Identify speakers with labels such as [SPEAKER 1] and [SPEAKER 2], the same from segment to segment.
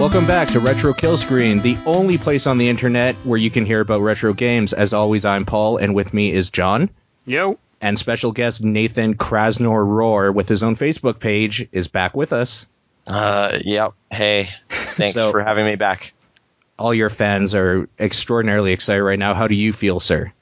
[SPEAKER 1] Welcome back to Retro Kill Screen, the only place on the internet where you can hear about retro games. As always, I'm Paul, and with me is John.
[SPEAKER 2] Yo.
[SPEAKER 1] And special guest Nathan Krasnor Roar, with his own Facebook page, is back with us.
[SPEAKER 3] Uh, yep. Hey, thanks
[SPEAKER 1] So-
[SPEAKER 3] for having me back.
[SPEAKER 1] All your fans are extraordinarily excited right now. How do you feel, sir?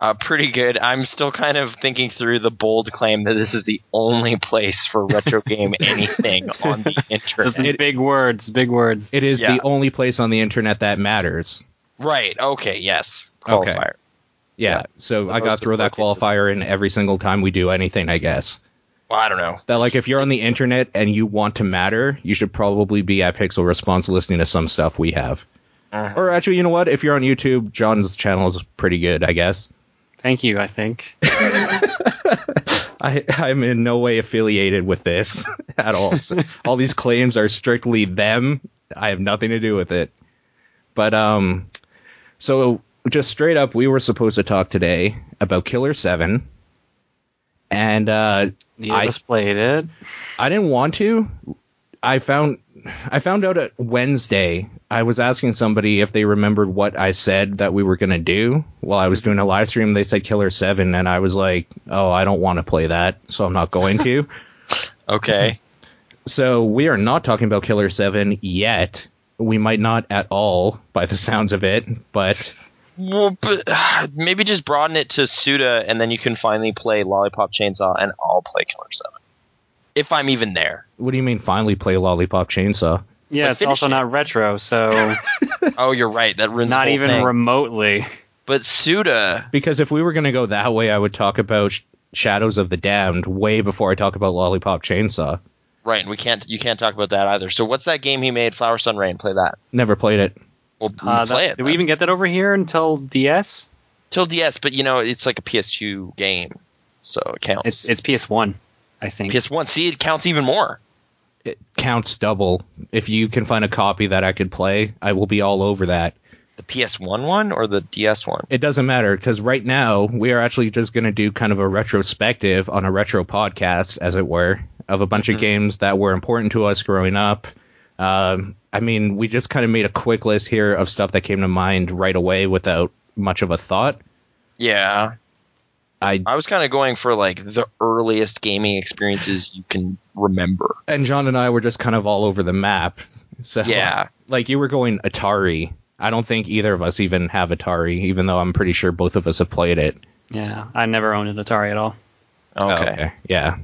[SPEAKER 3] Uh, pretty good. I'm still kind of thinking through the bold claim that this is the only place for retro game anything on the
[SPEAKER 2] This is
[SPEAKER 3] internet.
[SPEAKER 2] big words, big words.
[SPEAKER 1] It is
[SPEAKER 3] Yeah.
[SPEAKER 1] the only place on the internet that matters.
[SPEAKER 3] right. Okay. Yes.
[SPEAKER 1] Okay.
[SPEAKER 3] Qualifier.
[SPEAKER 1] Yeah,
[SPEAKER 3] Yeah.
[SPEAKER 1] so I
[SPEAKER 3] Opposed
[SPEAKER 1] got to
[SPEAKER 3] to
[SPEAKER 1] throw that
[SPEAKER 3] fucking-
[SPEAKER 1] qualifier in every single time we do anything, I guess.
[SPEAKER 3] Well, I don't know.
[SPEAKER 1] That, like, if you're on the internet and you want to matter, you should probably be at Pixel Response listening to some stuff we have. Or actually, you know what? If you're on YouTube, John's channel is pretty good, I guess.
[SPEAKER 2] Thank you, I think.
[SPEAKER 1] I, I'm in no way affiliated with this at all. So all these claims are strictly them. I have nothing to do with it. But um, so just straight up, we were supposed to talk today about Killer Seven, and uh,
[SPEAKER 2] You
[SPEAKER 1] I
[SPEAKER 2] just played it.
[SPEAKER 1] I didn't want to. I found I found out at Wednesday. I was asking somebody if they remembered what I said that we were going to do while I was doing a live stream. They said Killer 7 and I was like, "Oh, I don't want to play that, so I'm not going to."
[SPEAKER 3] Okay.
[SPEAKER 1] so, we are not talking about Killer 7 yet. We might not at all by the sounds of it, but
[SPEAKER 3] well, but, maybe just broaden it to Suda, and then you can finally play Lollipop Chainsaw, and I'll play Killer Seven if I'm even there.
[SPEAKER 1] what do you mean finally play Lollipop Chainsaw?
[SPEAKER 2] Yeah,
[SPEAKER 3] But
[SPEAKER 2] it's
[SPEAKER 3] finish
[SPEAKER 2] also
[SPEAKER 3] it.
[SPEAKER 2] not retro, so
[SPEAKER 3] Oh, you're right. That ruins the
[SPEAKER 2] not
[SPEAKER 3] whole
[SPEAKER 2] even
[SPEAKER 3] thing.
[SPEAKER 2] remotely.
[SPEAKER 3] but Suda.
[SPEAKER 1] Because if we were going to go that way, I would talk about Sh- Shadows of the Damned way before I talk about Lollipop Chainsaw.
[SPEAKER 3] Right, and we can't. You can't talk about that either. So, what's that game he made? Flower Sun Rain. Play that.
[SPEAKER 1] Never played it.
[SPEAKER 3] Well,
[SPEAKER 2] Uh,
[SPEAKER 3] play
[SPEAKER 2] that-
[SPEAKER 3] it.
[SPEAKER 2] did we
[SPEAKER 3] then.
[SPEAKER 2] even get that over here until DS?
[SPEAKER 3] till DS, but you know it's like a PS2 game, so it counts.
[SPEAKER 2] It's it's PS1, I think.
[SPEAKER 3] PS1. See, it counts even more.
[SPEAKER 1] it counts double. If you can find a copy that I could play, I will be all over that.
[SPEAKER 3] The PS1 one or the DS one?
[SPEAKER 1] It doesn't matter because right now we are actually just going to do kind of a retrospective on a retro podcast, as it were, of a bunch of games that were important to us growing up. Um, I mean, we just kind of made a quick list here of stuff that came to mind right away without much of a thought.
[SPEAKER 3] Yeah,
[SPEAKER 1] I
[SPEAKER 3] I was kind of going for like the earliest gaming experiences you can remember.
[SPEAKER 1] and John and I were just kind of all over the map. So
[SPEAKER 3] Yeah.
[SPEAKER 1] like you were going Atari. I don't think either of us even have Atari, even though I'm pretty sure both of us have played it.
[SPEAKER 2] Yeah, I never owned an Atari at all.
[SPEAKER 1] Oh,
[SPEAKER 3] Okay.
[SPEAKER 1] Yeah.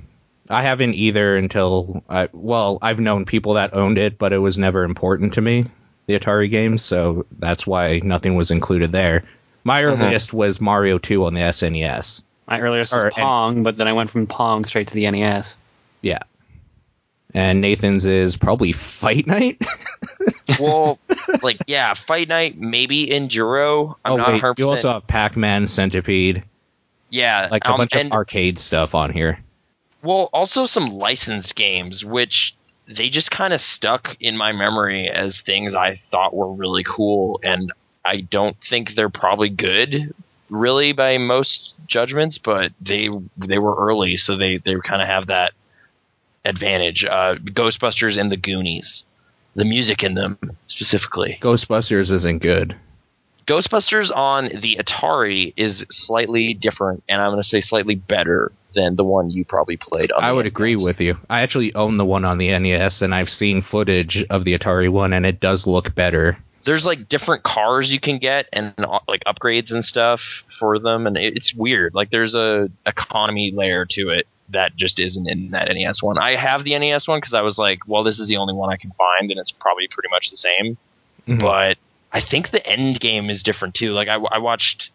[SPEAKER 1] I haven't either until I well, I've known people that owned it, but it was never important to me, the Atari games, so that's why nothing was included there. My
[SPEAKER 3] Uh-huh.
[SPEAKER 1] earliest was Mario 2 on the E SNES.
[SPEAKER 2] My earliest was
[SPEAKER 1] Or- and-
[SPEAKER 2] Pong, but then I went from Pong straight to the E NES.
[SPEAKER 1] Yeah. And Nathan's is probably Fight Night.
[SPEAKER 3] Well, like yeah, Fight Night, maybe Enduro. I'm
[SPEAKER 1] oh
[SPEAKER 3] not
[SPEAKER 1] wait,
[SPEAKER 3] 100%.
[SPEAKER 1] you also have Pac-Man, Centipede,
[SPEAKER 3] yeah,
[SPEAKER 1] like a
[SPEAKER 3] um,
[SPEAKER 1] bunch
[SPEAKER 3] and-
[SPEAKER 1] of arcade stuff on here.
[SPEAKER 3] Well, also some licensed games, which they just kind of stuck in my memory as things I thought were really cool, and I don't think they're probably good, really, by most judgments. But they they were early, so they they kind of have that advantage. Uh, Ghostbusters and the Goonies, the music in them specifically.
[SPEAKER 1] Ghostbusters isn't good.
[SPEAKER 3] Ghostbusters on the Atari is slightly different, and I'm going to say slightly better than the one you probably played. On
[SPEAKER 1] I
[SPEAKER 3] the E
[SPEAKER 1] would agree
[SPEAKER 3] NES.
[SPEAKER 1] with you. I actually own the one on the NES, and I've seen footage of the Atari one, and it does look better.
[SPEAKER 3] there's like different cars you can get and uh, like upgrades and stuff for them and it- it's weird like there's a economy layer to it that just isn't in that NES one. I have the NES one because I was like, well, this is the only one I can find, and it's probably pretty much the same.
[SPEAKER 1] Mhm.
[SPEAKER 3] But I think the end game is different too. Like I, I watched,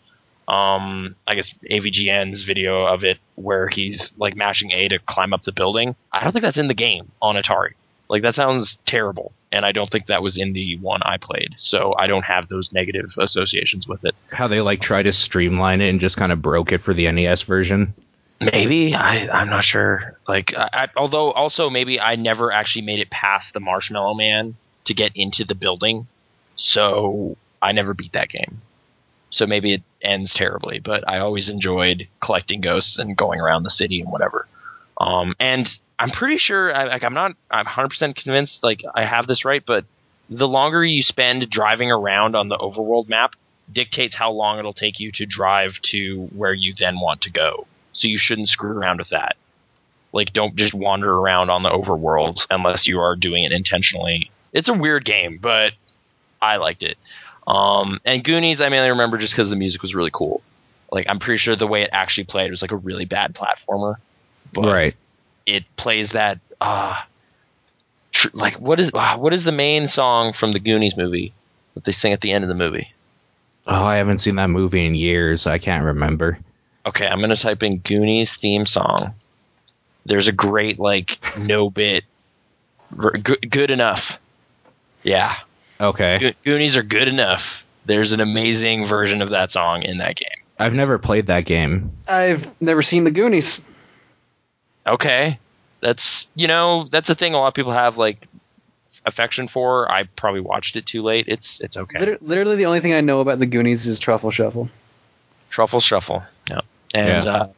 [SPEAKER 3] um, I guess AVGN's video of it where he's like mashing A to climb up the building. I don't think that's in the game on Atari. Like that sounds terrible, and I don't think that was in the one I played. So I don't have those negative associations with it.
[SPEAKER 1] How they like try to streamline it and just kind of broke it for the NES version.
[SPEAKER 3] Maybe I, I'm not sure. Like, I, I, although also maybe I never actually made it past the Marshmallow Man to get into the building, so I never beat that game. So maybe it ends terribly, but I always enjoyed collecting ghosts and going around the city and whatever. Um, and I'm pretty sure, I, like, I'm not, I'm 100 percent convinced. Like, I have this right, but the longer you spend driving around on the overworld map dictates how long it'll take you to drive to where you then want to go. So you shouldn't screw around with that. Like, don't just wander around on the overworld unless you are doing it intentionally. It's a weird game, but I liked it. Um, and Goonies, I mainly remember just because the music was really cool. Like, I'm pretty sure the way it actually played was like a really bad platformer, but
[SPEAKER 1] right.
[SPEAKER 3] it plays that. Uh, tr- like, what is uh, what is the main song from the Goonies movie that they sing at the end of the movie?
[SPEAKER 1] Oh, I haven't seen that movie in years. I can't remember.
[SPEAKER 3] Okay, I'm gonna type in Goonies theme song. There's a great like no bit, ver- good, good enough. Yeah,
[SPEAKER 1] Okay.
[SPEAKER 3] Go- Goonies are good enough. There's an amazing version of that song in that game.
[SPEAKER 1] I've never played that game.
[SPEAKER 2] I've never seen the Goonies.
[SPEAKER 3] Okay, that's you know that's a thing a lot of people have like affection for. I probably watched it too late. It's it's okay.
[SPEAKER 4] Liter- literally, the only thing I know about the Goonies is Truffle Shuffle.
[SPEAKER 3] Truffle Shuffle. Yeah. And
[SPEAKER 1] Yeah.
[SPEAKER 3] Uh,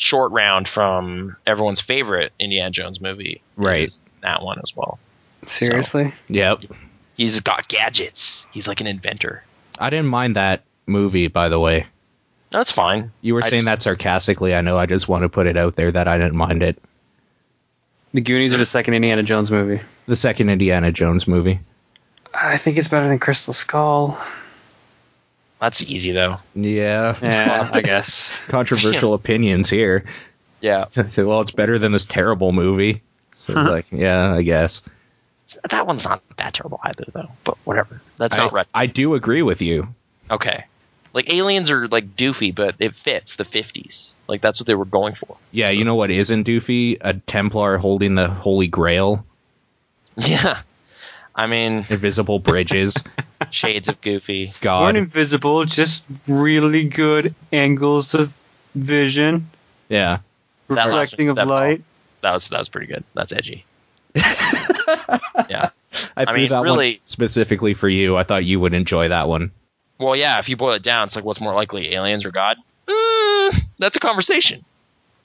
[SPEAKER 3] Short Round from everyone's favorite Indiana Jones movie.
[SPEAKER 1] Right.
[SPEAKER 3] is That one as well.
[SPEAKER 4] Seriously,
[SPEAKER 1] Yep.
[SPEAKER 3] He's got gadgets. He's like an inventor.
[SPEAKER 1] I didn't mind that movie, by the way.
[SPEAKER 3] That's fine.
[SPEAKER 1] You were
[SPEAKER 3] I
[SPEAKER 1] saying that sarcastically. I know. I just want to put it out there that I didn't mind it.
[SPEAKER 2] The Goonies are the second Indiana Jones movie.
[SPEAKER 1] The second Indiana Jones movie.
[SPEAKER 4] I think it's better than Crystal Skull.
[SPEAKER 3] That's easy though.
[SPEAKER 1] Yeah.
[SPEAKER 2] Yeah, I guess.
[SPEAKER 1] Eh, Controversial opinions here.
[SPEAKER 3] Yeah.
[SPEAKER 1] Say, well, it's better than this terrible movie. So it's like, yeah, I guess.
[SPEAKER 3] That one's not that terrible either though. But whatever. That's not
[SPEAKER 1] I,
[SPEAKER 3] right.
[SPEAKER 1] I do agree with you.
[SPEAKER 3] Okay. Like aliens are like doofy, but it fits the fifties. Like that's what they were going for.
[SPEAKER 1] Yeah, you know what isn't doofy? A Templar holding the Holy Grail,
[SPEAKER 3] Yeah. I mean,
[SPEAKER 1] invisible bridges.
[SPEAKER 3] shades of goofy.
[SPEAKER 1] God.
[SPEAKER 2] invisible, just really good angles of vision,
[SPEAKER 1] Yeah.
[SPEAKER 3] That last one, that- That was that was pretty good. That's edgy. yeah.
[SPEAKER 1] I threw
[SPEAKER 3] mean,
[SPEAKER 1] that one
[SPEAKER 3] really-
[SPEAKER 1] specifically for you. I thought you would enjoy that one.
[SPEAKER 3] Well, yeah. If you boil it down, it's like what's more likely, aliens or God? Mm, that's a conversation.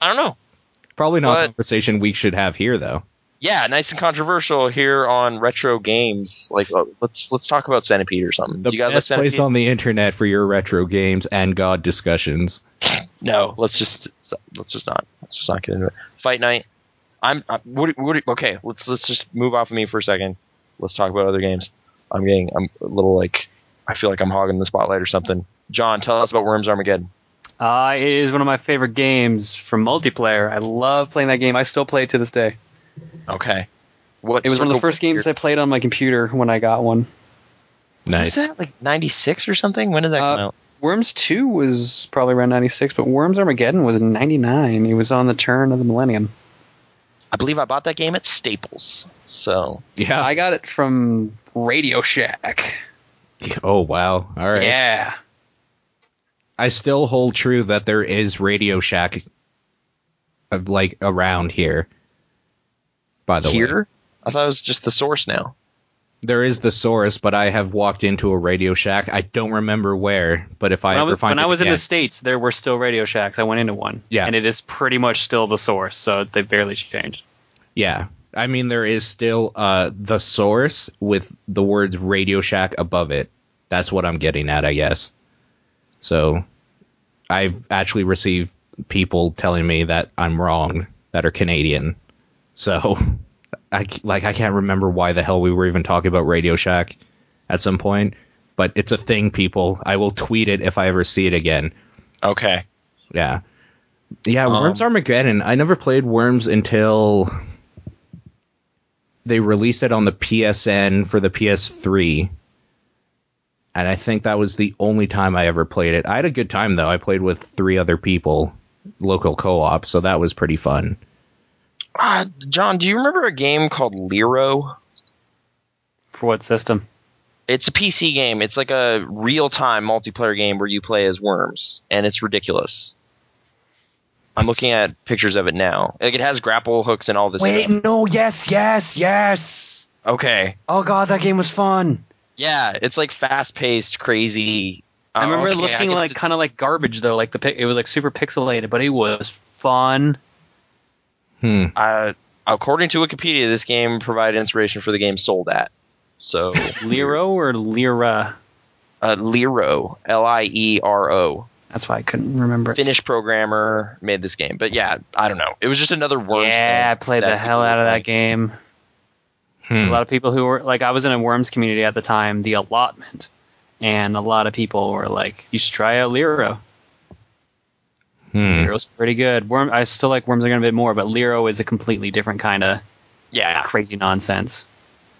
[SPEAKER 3] I don't know.
[SPEAKER 1] Probably not a
[SPEAKER 3] But-
[SPEAKER 1] conversation we should have here, though.
[SPEAKER 3] yeah, nice and controversial here on retro games. Like, uh, let's let's talk about Centipede or something.
[SPEAKER 1] The
[SPEAKER 3] Do you guys like
[SPEAKER 1] best
[SPEAKER 3] Centipede?
[SPEAKER 1] place on the internet for your retro games and God discussions.
[SPEAKER 3] no, let's just let's just not let's just not get into it. Fight Night. I'm. I, what, what, okay, let's let's just move off of me for a second. Let's talk about other games. I'm getting. I'm a little like. I feel like I'm hogging the spotlight or something. John, tell us about Worms Armageddon.
[SPEAKER 2] Uh, it is one of my favorite games from multiplayer.
[SPEAKER 4] I love playing that game. I still play it to this day.
[SPEAKER 3] Okay. What
[SPEAKER 4] It was one of the first games I played on my computer when I got one.
[SPEAKER 1] Nice.
[SPEAKER 3] Was that like '96 or something? When did that
[SPEAKER 4] Uh,
[SPEAKER 3] come out?
[SPEAKER 4] Worms 2 was probably around 96, but Worms Armageddon was 99. It was on the turn of the millennium.
[SPEAKER 3] I believe I bought that game at Staples. So
[SPEAKER 1] Yeah.
[SPEAKER 4] I got it from Radio Shack.
[SPEAKER 1] oh, wow. All right.
[SPEAKER 4] Yeah.
[SPEAKER 1] I still hold true that there is Radio Shack, uh, like, around here. By the way,
[SPEAKER 3] here, I thought it was just the source now.
[SPEAKER 1] there is the source, but I have walked into a Radio Shack. I don't remember where, but if I
[SPEAKER 2] When I
[SPEAKER 1] ever
[SPEAKER 2] was,
[SPEAKER 1] find
[SPEAKER 2] when
[SPEAKER 1] it
[SPEAKER 2] I was in
[SPEAKER 1] again-
[SPEAKER 2] the States, there were still Radio Shacks. I went into one.
[SPEAKER 1] Yeah.
[SPEAKER 2] And it is pretty much still the source, so they barely changed.
[SPEAKER 1] Yeah. I mean, there is still uh, the source with the words Radio Shack above it. That's what I'm getting at, I guess. So I've actually received people telling me that I'm wrong, that are Canadian. So I, c- like, I can't remember why the hell we were even talking about Radio Shack at some point, but it's a thing, people. I will tweet it if I ever see it again.
[SPEAKER 3] Okay.
[SPEAKER 1] Yeah. Yeah, Worms Armageddon. I never played Worms until they released it on the PSN for the PS3. And I think that was the only time I ever played it. I had a good time though. I played with three other people, local co-op, so that was pretty fun.
[SPEAKER 3] Uh, John, do you remember a game called Lero?
[SPEAKER 2] For what system?
[SPEAKER 3] It's a PC game. It's like a real time multiplayer game where you play as worms, and it's ridiculous. I'm looking at pictures of it now. Like it has grapple hooks and all this stuff.
[SPEAKER 2] no, yes, yes, yes.
[SPEAKER 3] Okay.
[SPEAKER 2] Oh god, that game was fun.
[SPEAKER 3] Yeah, it's like fast paced, crazy.
[SPEAKER 2] I
[SPEAKER 3] Oh,
[SPEAKER 2] remember
[SPEAKER 3] okay,
[SPEAKER 2] it looking
[SPEAKER 3] guess
[SPEAKER 2] like
[SPEAKER 3] it's-
[SPEAKER 2] kind of like garbage though, like the pic- it was like super pixelated, but it was fun.
[SPEAKER 1] Hmm.
[SPEAKER 3] uh, according to Wikipedia, this game provided inspiration for the game Sold At. So
[SPEAKER 4] Lero or Lyra?
[SPEAKER 3] uh, Liro, L I E R O,
[SPEAKER 4] That's why I couldn't remember. it.
[SPEAKER 3] Finnish programmer made this game. But yeah, I don't know. It was just another Worms.
[SPEAKER 4] Yeah,
[SPEAKER 3] thing
[SPEAKER 4] I played the
[SPEAKER 3] that
[SPEAKER 4] hell
[SPEAKER 3] people
[SPEAKER 4] out of
[SPEAKER 3] were
[SPEAKER 4] that
[SPEAKER 3] playing.
[SPEAKER 4] game.
[SPEAKER 1] Hmm.
[SPEAKER 4] A lot of people who were like, I was in a Worms community at the time, the allotment, and a lot of people were like, "You should try out Lero.
[SPEAKER 1] Hmm.
[SPEAKER 4] Lero's pretty good. Worm, I still like Worms are going a bit more, but Lero is a completely different kind of
[SPEAKER 3] Yeah,
[SPEAKER 4] crazy nonsense.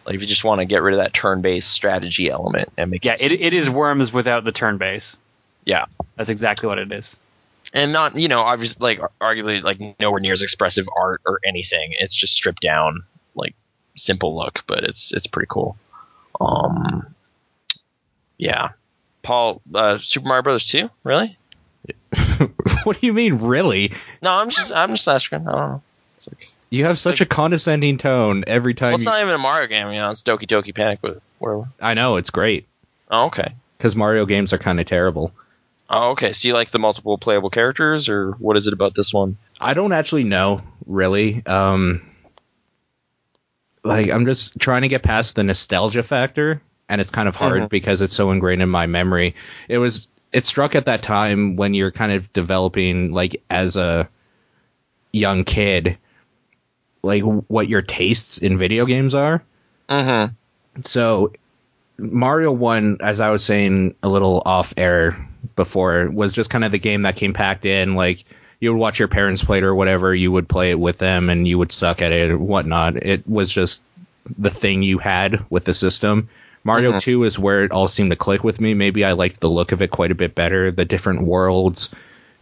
[SPEAKER 3] like if you just want to get rid of that turn-based strategy element and make
[SPEAKER 4] Yeah, it, it is Worms without the turn base.
[SPEAKER 3] yeah,
[SPEAKER 4] That's exactly what it is.
[SPEAKER 3] and not you know obviously like arguably like nowhere near as expressive art or anything. It's just stripped down, like simple look, but it's it's pretty cool. Um, yeah, Paul, uh, Super Mario Brothers two, really?
[SPEAKER 1] what do you mean, really?
[SPEAKER 3] No, I'm just I'm just asking. I don't know. It's like,
[SPEAKER 1] You have such a condescending tone every
[SPEAKER 3] well,
[SPEAKER 1] time.
[SPEAKER 3] it's
[SPEAKER 1] You,
[SPEAKER 3] not even a Mario game, you know. It's Doki Doki Panic, but whatever.
[SPEAKER 1] I know it's great
[SPEAKER 3] Oh, okay.
[SPEAKER 1] because Mario games are kind of terrible.
[SPEAKER 3] Oh, okay. So you like the multiple playable characters, or what is it about this one?
[SPEAKER 1] I don't actually know really. Um, like I'm just trying to get past the nostalgia factor, and it's kind of hard because it's so ingrained in my memory. It was it struck at that time when you're kind of developing like as a young kid, like what your tastes in video games are.
[SPEAKER 3] Mm-hmm.
[SPEAKER 1] So Mario 1, as I was saying a little off air before, was just kind of the game that came packed in. Like, you would watch your parents play it or whatever, you would play it with them, and you would suck at it or whatnot. It was just the thing you had with the system. Mario 2 is where it all seemed to click with me. Maybe I liked the look of it quite a bit better, the different worlds.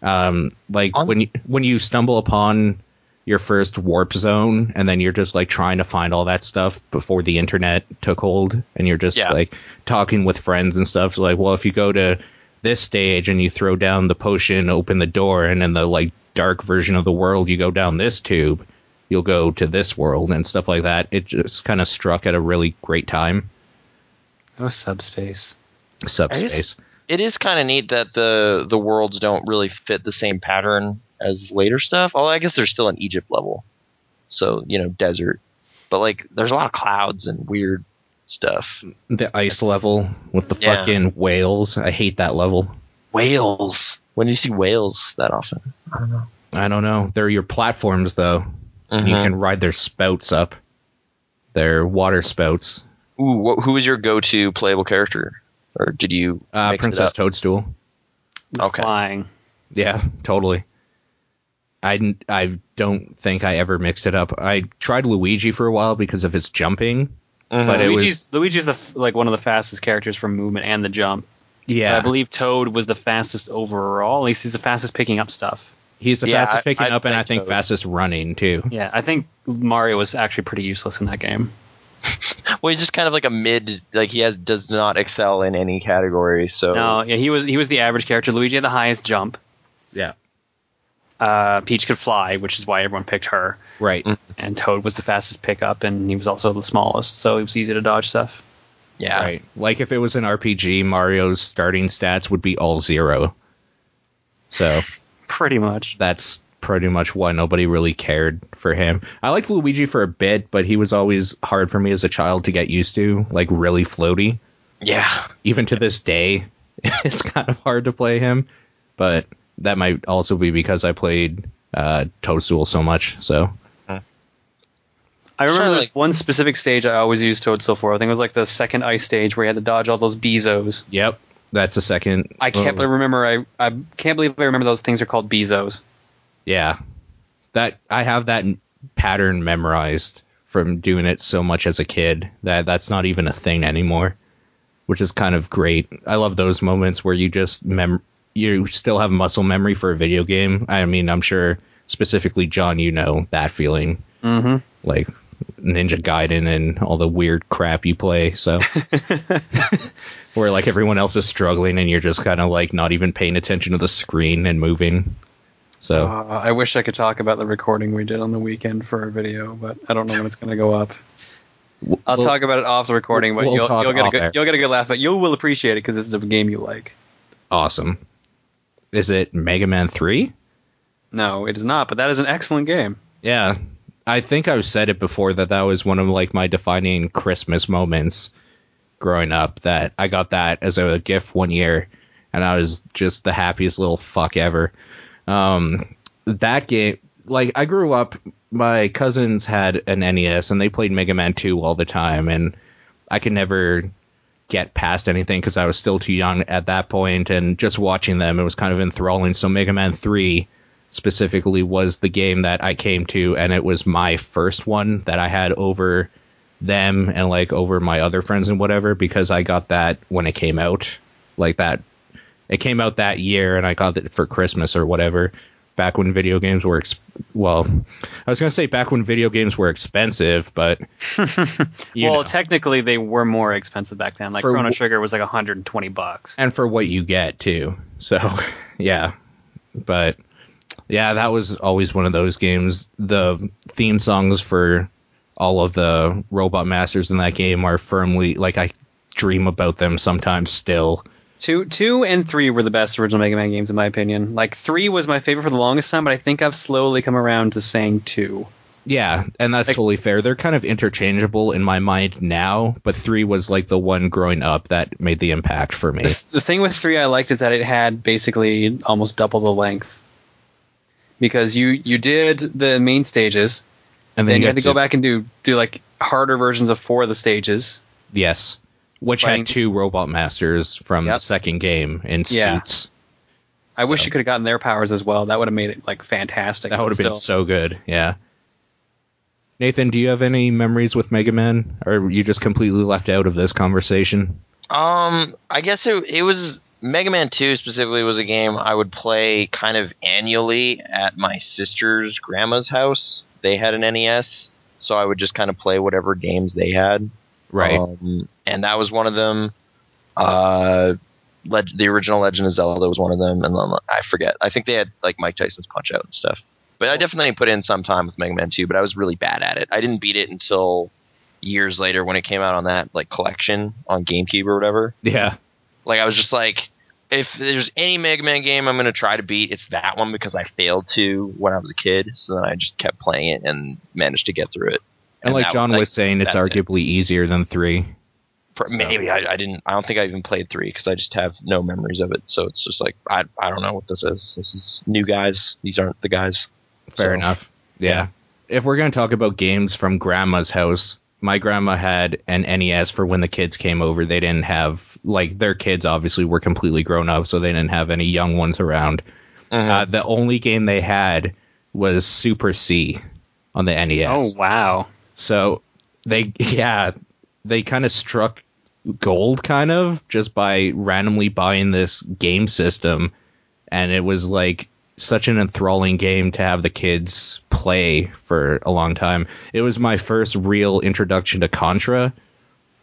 [SPEAKER 1] Um, like
[SPEAKER 3] On-
[SPEAKER 1] when you, when you stumble upon your first warp zone and then you're just like trying to find all that stuff before the internet took hold and you're just
[SPEAKER 3] Yeah.
[SPEAKER 1] like talking with friends and stuff so like well if you go to this stage and you throw down the potion open the door and in the like dark version of the world you go down this tube you'll go to this world and stuff like that it just kind of struck at a really great time
[SPEAKER 4] No subspace.
[SPEAKER 1] subspace
[SPEAKER 3] It is kind of neat that the the worlds don't really fit the same pattern as later stuff. Although I guess there's still an Egypt level, so you know desert. But like, there's a lot of clouds and weird stuff.
[SPEAKER 1] the ice level with the
[SPEAKER 3] Yeah.
[SPEAKER 1] fucking whales i hate that level
[SPEAKER 3] Whales. When do you see whales that often?
[SPEAKER 1] I don't know. They're your platforms, though. You
[SPEAKER 3] Mhm.
[SPEAKER 1] can ride their spouts up. Their water spouts.
[SPEAKER 3] Ooh, what, who was your go-to playable character, or did you
[SPEAKER 1] Uh,
[SPEAKER 3] mix it
[SPEAKER 1] Princess
[SPEAKER 3] up?
[SPEAKER 1] Toadstool.
[SPEAKER 3] Okay.
[SPEAKER 4] Flying.
[SPEAKER 1] Yeah, totally. I, n- I don't think I ever mixed it up. I tried Luigi for a while because of his jumping, but it
[SPEAKER 4] Luigi's
[SPEAKER 1] was
[SPEAKER 4] Luigi's the f- like one of the fastest characters for movement and the jump.
[SPEAKER 1] yeah.
[SPEAKER 4] I believe Toad was the fastest overall. At least he's the fastest picking up stuff.
[SPEAKER 1] he's the
[SPEAKER 3] Yeah,
[SPEAKER 1] fastest
[SPEAKER 3] I-
[SPEAKER 1] picking
[SPEAKER 3] I'd
[SPEAKER 1] up, and I
[SPEAKER 3] think
[SPEAKER 1] think
[SPEAKER 3] Toad.
[SPEAKER 1] fastest running too.
[SPEAKER 4] Yeah, I think Mario was actually pretty useless in that game.
[SPEAKER 3] Well, he's just kind of like a mid. Like he has does not excel in any category. So
[SPEAKER 4] No, yeah, he was he was the average character. Luigi had the highest jump.
[SPEAKER 1] Yeah,
[SPEAKER 4] Uh, Peach could fly, which is why everyone picked her.
[SPEAKER 1] right.
[SPEAKER 4] And Toad was the fastest pickup, and he was also the smallest, so it was easy to dodge stuff.
[SPEAKER 3] yeah,
[SPEAKER 1] Right. Like if it was an RPG, Mario's starting stats would be all zero. So.
[SPEAKER 4] Pretty much.
[SPEAKER 1] that's pretty much why nobody really cared for him. I liked Luigi for a bit, but he was always hard for me as a child to get used to, like really floaty.
[SPEAKER 3] yeah.
[SPEAKER 1] Even to this day, it's kind of hard to play him, but that might also be because I played uh, Toadstool so much. So
[SPEAKER 4] I remember
[SPEAKER 3] Sure,
[SPEAKER 4] there's
[SPEAKER 3] like-
[SPEAKER 4] one specific stage I always used Toad so for. I think it was like the second ice stage where you had to dodge all those Bezos.
[SPEAKER 1] yep, that's the second.
[SPEAKER 4] I can't
[SPEAKER 1] oh,
[SPEAKER 4] believe remember I I can't believe I remember those things are called Bezos.
[SPEAKER 1] Yeah, that I have that n- pattern memorized from doing it so much as a kid that that's not even a thing anymore, which is kind of great. I love those moments where you just mem you still have muscle memory for a video game. I mean, I'm sure specifically John, you know that feeling, mm-hmm. like Ninja Gaiden and all the weird crap you play. So. Where like everyone else is struggling and you're just kind of like not even paying attention to the screen and moving. So
[SPEAKER 4] Uh, I wish I could talk about the recording we did on the weekend for a video, but I don't know when it's going to go up. I'll
[SPEAKER 1] we'll-
[SPEAKER 4] talk about it off the recording, but
[SPEAKER 1] we'll
[SPEAKER 4] you'll,
[SPEAKER 1] talk
[SPEAKER 4] you'll get a
[SPEAKER 1] off air.
[SPEAKER 4] good, you'll get a good laugh. But you will appreciate it because it's a game you like.
[SPEAKER 1] awesome. Is it Mega Man 3?
[SPEAKER 4] No, it is not. But that is an excellent game.
[SPEAKER 1] Yeah. I think I've said it before that that was one of like my defining Christmas moments growing up that I got that as a gift one year, and I was just the happiest little fuck ever. Um, that game, like I grew up, my cousins had an NES and they played Mega Man Two all the time, and I could never get past anything because I was still too young at that point, and just watching them, it was kind of enthralling. So Mega Man Three specifically was the game that I came to, and it was my first one that I had over them and like over my other friends and whatever because I got that when it came out, like that. It came out that year, and I got it for Christmas or whatever. Back when video games were, ex- well, I was gonna say back when video games were expensive, but you
[SPEAKER 4] well,
[SPEAKER 1] know.
[SPEAKER 4] technically they were more expensive back then. Like
[SPEAKER 1] For
[SPEAKER 4] Chrono
[SPEAKER 1] wh-
[SPEAKER 4] Trigger was like 120 bucks.
[SPEAKER 1] and for what you get too. So yeah, but yeah, that was always one of those games. The theme songs for all of the robot masters in that game are firmly like I dream about them sometimes still.
[SPEAKER 4] Two, two, and three were the best original Mega Man games in my opinion. Like three was my favorite for the longest time, but I think I've slowly come around to saying two.
[SPEAKER 1] Yeah, and that's
[SPEAKER 4] Like-
[SPEAKER 1] totally fair. They're kind of interchangeable in my mind now, but three was like the one growing up that made the impact for me.
[SPEAKER 4] The thing with three I liked is that it had basically almost double the length because you you did the main stages,
[SPEAKER 1] And
[SPEAKER 4] then
[SPEAKER 1] you
[SPEAKER 4] you had to go back and do do like harder versions of four of the stages.
[SPEAKER 1] Yes. Which
[SPEAKER 4] Fighting-
[SPEAKER 1] had two robot masters from the
[SPEAKER 4] Yep.
[SPEAKER 1] second game in
[SPEAKER 4] Yeah.
[SPEAKER 1] suits.
[SPEAKER 4] I wish
[SPEAKER 1] So-
[SPEAKER 4] you could have gotten their powers as well. That would have made it like fantastic.
[SPEAKER 1] That would have been so
[SPEAKER 4] Still-
[SPEAKER 1] good. Yeah. Nathan, do you have any memories with Mega Man, or were you just completely left out of this conversation?
[SPEAKER 3] Um, I guess it it was Mega Man Two specifically was a game I would play kind of annually at my sister's grandma's house. They had an NES, so I would just kind of play whatever games they had. Um, and that was one of them. Uh, Leg the original Legend of Zelda was one of them, and then I forget. I think they had like Mike Tyson's Punch Out and stuff. But I definitely put in some time with Mega Man 2, but I was really bad at it. I didn't beat it until years later when it came out on that like collection on GameCube or whatever.
[SPEAKER 1] yeah.
[SPEAKER 3] Like I was just like, if there's any Mega Man game I'm gonna try to beat, it's that one because I failed to when I was a kid. So then I just kept playing it and managed to get through it.
[SPEAKER 1] And, like
[SPEAKER 3] that
[SPEAKER 1] John
[SPEAKER 3] like,
[SPEAKER 1] was saying, it's
[SPEAKER 3] that-
[SPEAKER 1] arguably easier than three.
[SPEAKER 3] Pr-
[SPEAKER 1] So-
[SPEAKER 3] Maybe I, I didn't. I don't think I even played three because I just have no memories of it. So it's just like I I don't know what this is. This is new guys. These aren't the guys.
[SPEAKER 1] Fair
[SPEAKER 3] So-
[SPEAKER 1] enough. Yeah. If we're going to talk about games from grandma's house, my grandma had an NES for when the kids came over. They didn't have, like, their kids obviously were completely grown up, so they didn't have any young ones around. Uh, the only game they had was Super C on the E NES.
[SPEAKER 4] Oh wow!
[SPEAKER 1] So they, yeah, they kind of struck gold, kind of, just by randomly buying this game system. And it was like such an enthralling game to have the kids play for a long time. It was my first real introduction to Contra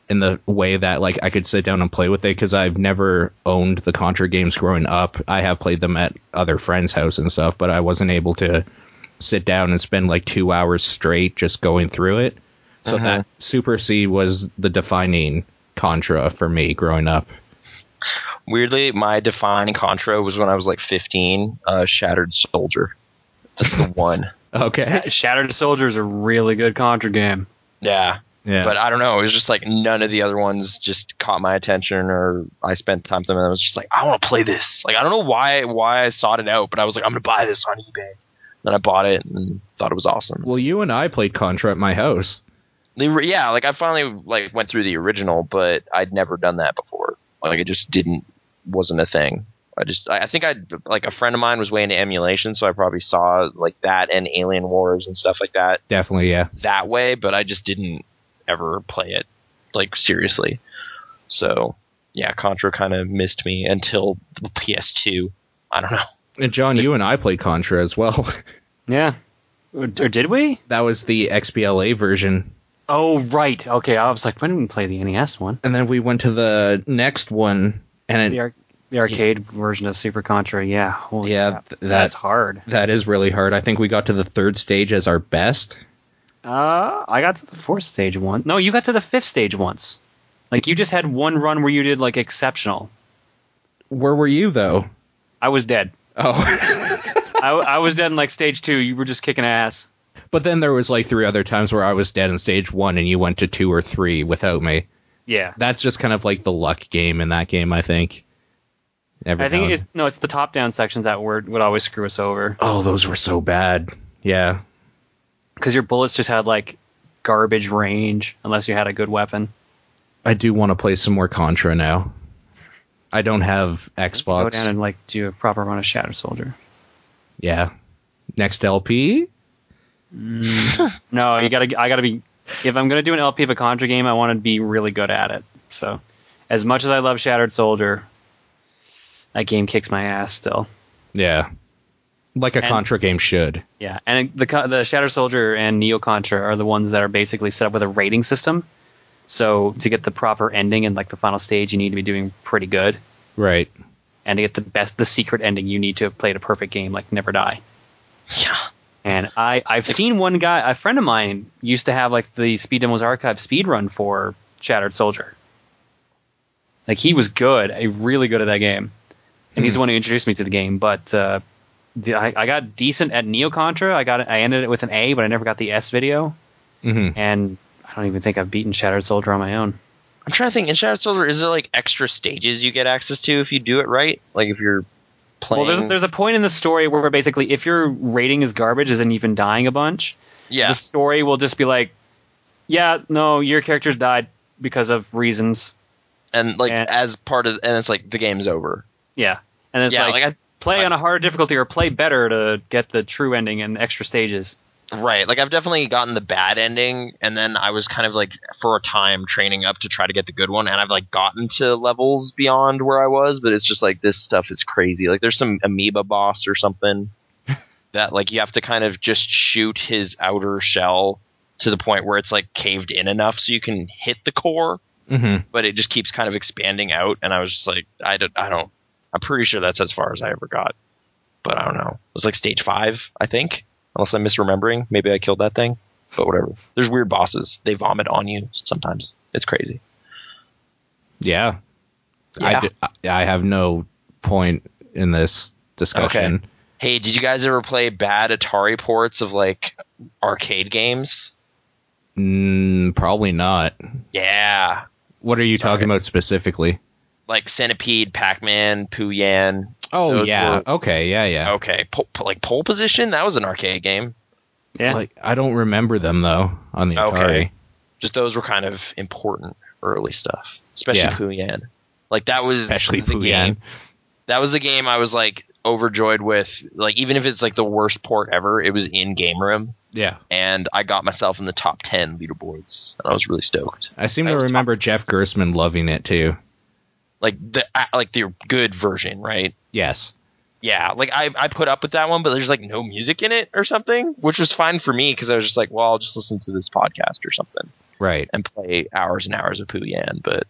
[SPEAKER 1] in the way that like I could sit down and play with it because I've never owned the Contra games growing up. I have played them at other friends' house and stuff, but I wasn't able to sit down and spend like two hours straight just going through it. So that Super C was the defining Contra for me growing up.
[SPEAKER 3] Weirdly, my defining contra was when I was like 15. Uh, Shattered Soldier. That's the one.
[SPEAKER 1] Okay.
[SPEAKER 4] Shattered Soldier is a really good Contra game.
[SPEAKER 3] Yeah.
[SPEAKER 1] Yeah.
[SPEAKER 3] But uh, I don't know. It was just like none of the other ones just caught my attention, or I spent time with them, and I was just like, I want to play this. Like I don't know why why I sought it out, but I was like, I'm gonna buy this on eBay. Then I bought it and thought it was awesome.
[SPEAKER 1] well, you and I played Contra at my house.
[SPEAKER 3] The ori- yeah, like I finally like went through the original, but I'd never done that before. Like it just didn't wasn't a thing. I just I I think I like a friend of mine was way into emulation, so I probably saw like that and Alien Wars and stuff like that
[SPEAKER 1] Definitely, yeah.
[SPEAKER 3] that way, but I just didn't ever play it like seriously. So yeah, Contra kind of missed me until the PS2. I don't know.
[SPEAKER 1] And John, you and I played Contra as well.
[SPEAKER 4] Yeah, or, or did we?
[SPEAKER 1] that was the XBLA version.
[SPEAKER 4] Oh right. Okay, I was like, when did we play the NES one?
[SPEAKER 1] And then we went to the next one, and
[SPEAKER 4] The,
[SPEAKER 1] it,
[SPEAKER 4] ar- the arcade version of Super Contra. Yeah. Holy
[SPEAKER 1] Yeah,
[SPEAKER 4] crap.
[SPEAKER 1] th- that-
[SPEAKER 4] that's hard.
[SPEAKER 1] that is really hard. I think we got to the third stage as our best.
[SPEAKER 4] Uh, I got to the fourth stage once. No, you got to the fifth stage once. Like you just had one run where you did like exceptional.
[SPEAKER 1] Where were you though?
[SPEAKER 4] I was dead.
[SPEAKER 1] Oh,
[SPEAKER 4] I, I was dead in like stage two. You were just kicking ass.
[SPEAKER 1] but then there was like three other times where I was dead in stage one, and you went to two or three without me.
[SPEAKER 4] Yeah.
[SPEAKER 1] That's just kind of like the luck game in that game, I think. Every
[SPEAKER 4] I
[SPEAKER 1] now
[SPEAKER 4] think
[SPEAKER 1] and-
[SPEAKER 4] it's no, it's the top down sections that were would always screw us over
[SPEAKER 1] oh, those were so bad. Yeah,
[SPEAKER 4] because your bullets just had like garbage range unless you had a good weapon.
[SPEAKER 1] I do want to play some more Contra now. I don't have
[SPEAKER 4] Go
[SPEAKER 1] Xbox.
[SPEAKER 4] down and like do a proper run of Shadow Soldier.
[SPEAKER 1] yeah, next LP.
[SPEAKER 4] No, you gotta. I gotta be. If I'm gonna do an LP of a Contra game, I want to be really good at it. So, as much as I love Shattered Soldier, that game kicks my ass still.
[SPEAKER 1] Yeah, like a
[SPEAKER 4] And-
[SPEAKER 1] Contra game should.
[SPEAKER 4] Yeah, and the co- the Shadow Soldier and Neo Contra are the ones that are basically set up with a rating system. So to get the proper ending and like the final stage, you need to be doing pretty good.
[SPEAKER 1] Right.
[SPEAKER 4] And to get the best, the secret ending, you need to have played a perfect game like Never Die.
[SPEAKER 3] Yeah.
[SPEAKER 4] And I I've seen one guy, a friend of mine, used to have like the Speed Demos Archive speed run for Shattered Soldier. Like he was good, eh, really good at that game, and he's the one who introduced me to the game. But uh, the, I, I got decent at Neo Contra. I got I ended it with an A, but I never got the S video,
[SPEAKER 1] hmm
[SPEAKER 4] and I don't even think I've beaten Shattered Soldier on my own.
[SPEAKER 3] I'm trying to think. In Shadow Soldier, is there like extra stages you get access to if you do it right? Like if you're playing.
[SPEAKER 4] Well, there's there's a point in the story where basically if your rating is garbage, as in you've been dying a bunch,
[SPEAKER 3] yeah.
[SPEAKER 4] the story will just be like, yeah, no, your character's died because of reasons.
[SPEAKER 3] and like
[SPEAKER 4] and-
[SPEAKER 3] as part of, and it's like the game's over.
[SPEAKER 4] Yeah. And it's
[SPEAKER 3] yeah,
[SPEAKER 4] like,
[SPEAKER 3] like,
[SPEAKER 4] play
[SPEAKER 3] I-
[SPEAKER 4] on a harder difficulty or play better to get the true ending and extra stages.
[SPEAKER 3] I right, like I've definitely gotten the bad ending, and then I was kind of like for a time training up to try to get the good one, and I've like gotten to levels beyond where I was, but it's just like this stuff is crazy. Like there's some amoeba boss or something that like you have to kind of just shoot his outer shell to the point where it's like caved in enough so you can hit the core.
[SPEAKER 1] hmm
[SPEAKER 3] but it just keeps kind of expanding out. And I was just like, I don't, I don't, I'm pretty sure that's as far as I ever got, but I don't know. It was like stage five, I think, unless I'm misremembering. Maybe I killed that thing, but whatever. There's weird bosses. They vomit on you sometimes. It's crazy.
[SPEAKER 1] Yeah. I,
[SPEAKER 3] Yeah.
[SPEAKER 1] d- I- I have no point in this discussion.
[SPEAKER 3] Hey, did you guys ever play bad Atari ports of like arcade games?
[SPEAKER 1] Mm, probably not.
[SPEAKER 3] Yeah.
[SPEAKER 1] What are you
[SPEAKER 3] Sorry.
[SPEAKER 1] talking about specifically?
[SPEAKER 3] Like Centipede, Pac Man, Puyan.
[SPEAKER 1] Oh
[SPEAKER 3] Those
[SPEAKER 1] yeah.
[SPEAKER 3] were-
[SPEAKER 1] okay. Yeah. Yeah.
[SPEAKER 3] Okay. Po- po- like Pole Position? That was an arcade game.
[SPEAKER 4] Yeah.
[SPEAKER 1] Like I don't remember them though on the Atari.
[SPEAKER 3] Okay. just those were kind of important early stuff, especially
[SPEAKER 1] Yeah.
[SPEAKER 3] Puyan. Like that was
[SPEAKER 1] especially
[SPEAKER 3] the
[SPEAKER 1] Puyan.
[SPEAKER 3] game. That was the game I was like overjoyed with. Like even if it's like the worst port ever, it was in game room,
[SPEAKER 1] Yeah.
[SPEAKER 3] and I got myself in the top ten leaderboards, and I was really stoked.
[SPEAKER 1] I seem
[SPEAKER 3] I
[SPEAKER 1] to
[SPEAKER 3] was
[SPEAKER 1] remember Jeff Gersman loving it too.
[SPEAKER 3] Like the uh, like the good version, right?
[SPEAKER 1] Yes.
[SPEAKER 3] Yeah, like I I put up with that one, but there's like no music in it or something, which was fine for me because I was just like, well, I'll just listen to this podcast or something.
[SPEAKER 1] Right.
[SPEAKER 3] and play hours and hours of Puyan. But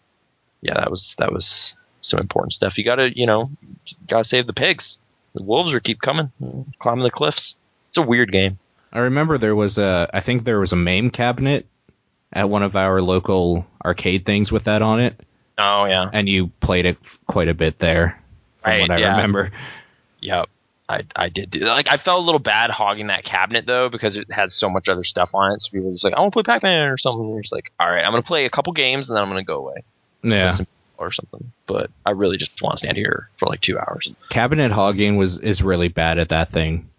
[SPEAKER 3] yeah, that was that was some important stuff. You gotta you know you gotta save the pigs. The wolves are keep coming, climbing the cliffs. It's a weird game.
[SPEAKER 1] I remember there was a. I think there was a MAME cabinet at one of our local arcade things with that on it,
[SPEAKER 3] Oh yeah,
[SPEAKER 1] and you played it f- quite a bit there, from
[SPEAKER 3] Right,
[SPEAKER 1] what I
[SPEAKER 3] yeah.
[SPEAKER 1] remember.
[SPEAKER 3] yep. I I did do like I felt a little bad hogging that cabinet though because it had so much other stuff on it. So people were just like, I want to play Pac Man or something. And you're just like, all right, I'm gonna play a couple games and then I'm gonna go away
[SPEAKER 1] Yeah.
[SPEAKER 3] or something. But I really just want to stand here for like two hours.
[SPEAKER 1] Cabinet hogging was is really bad at that thing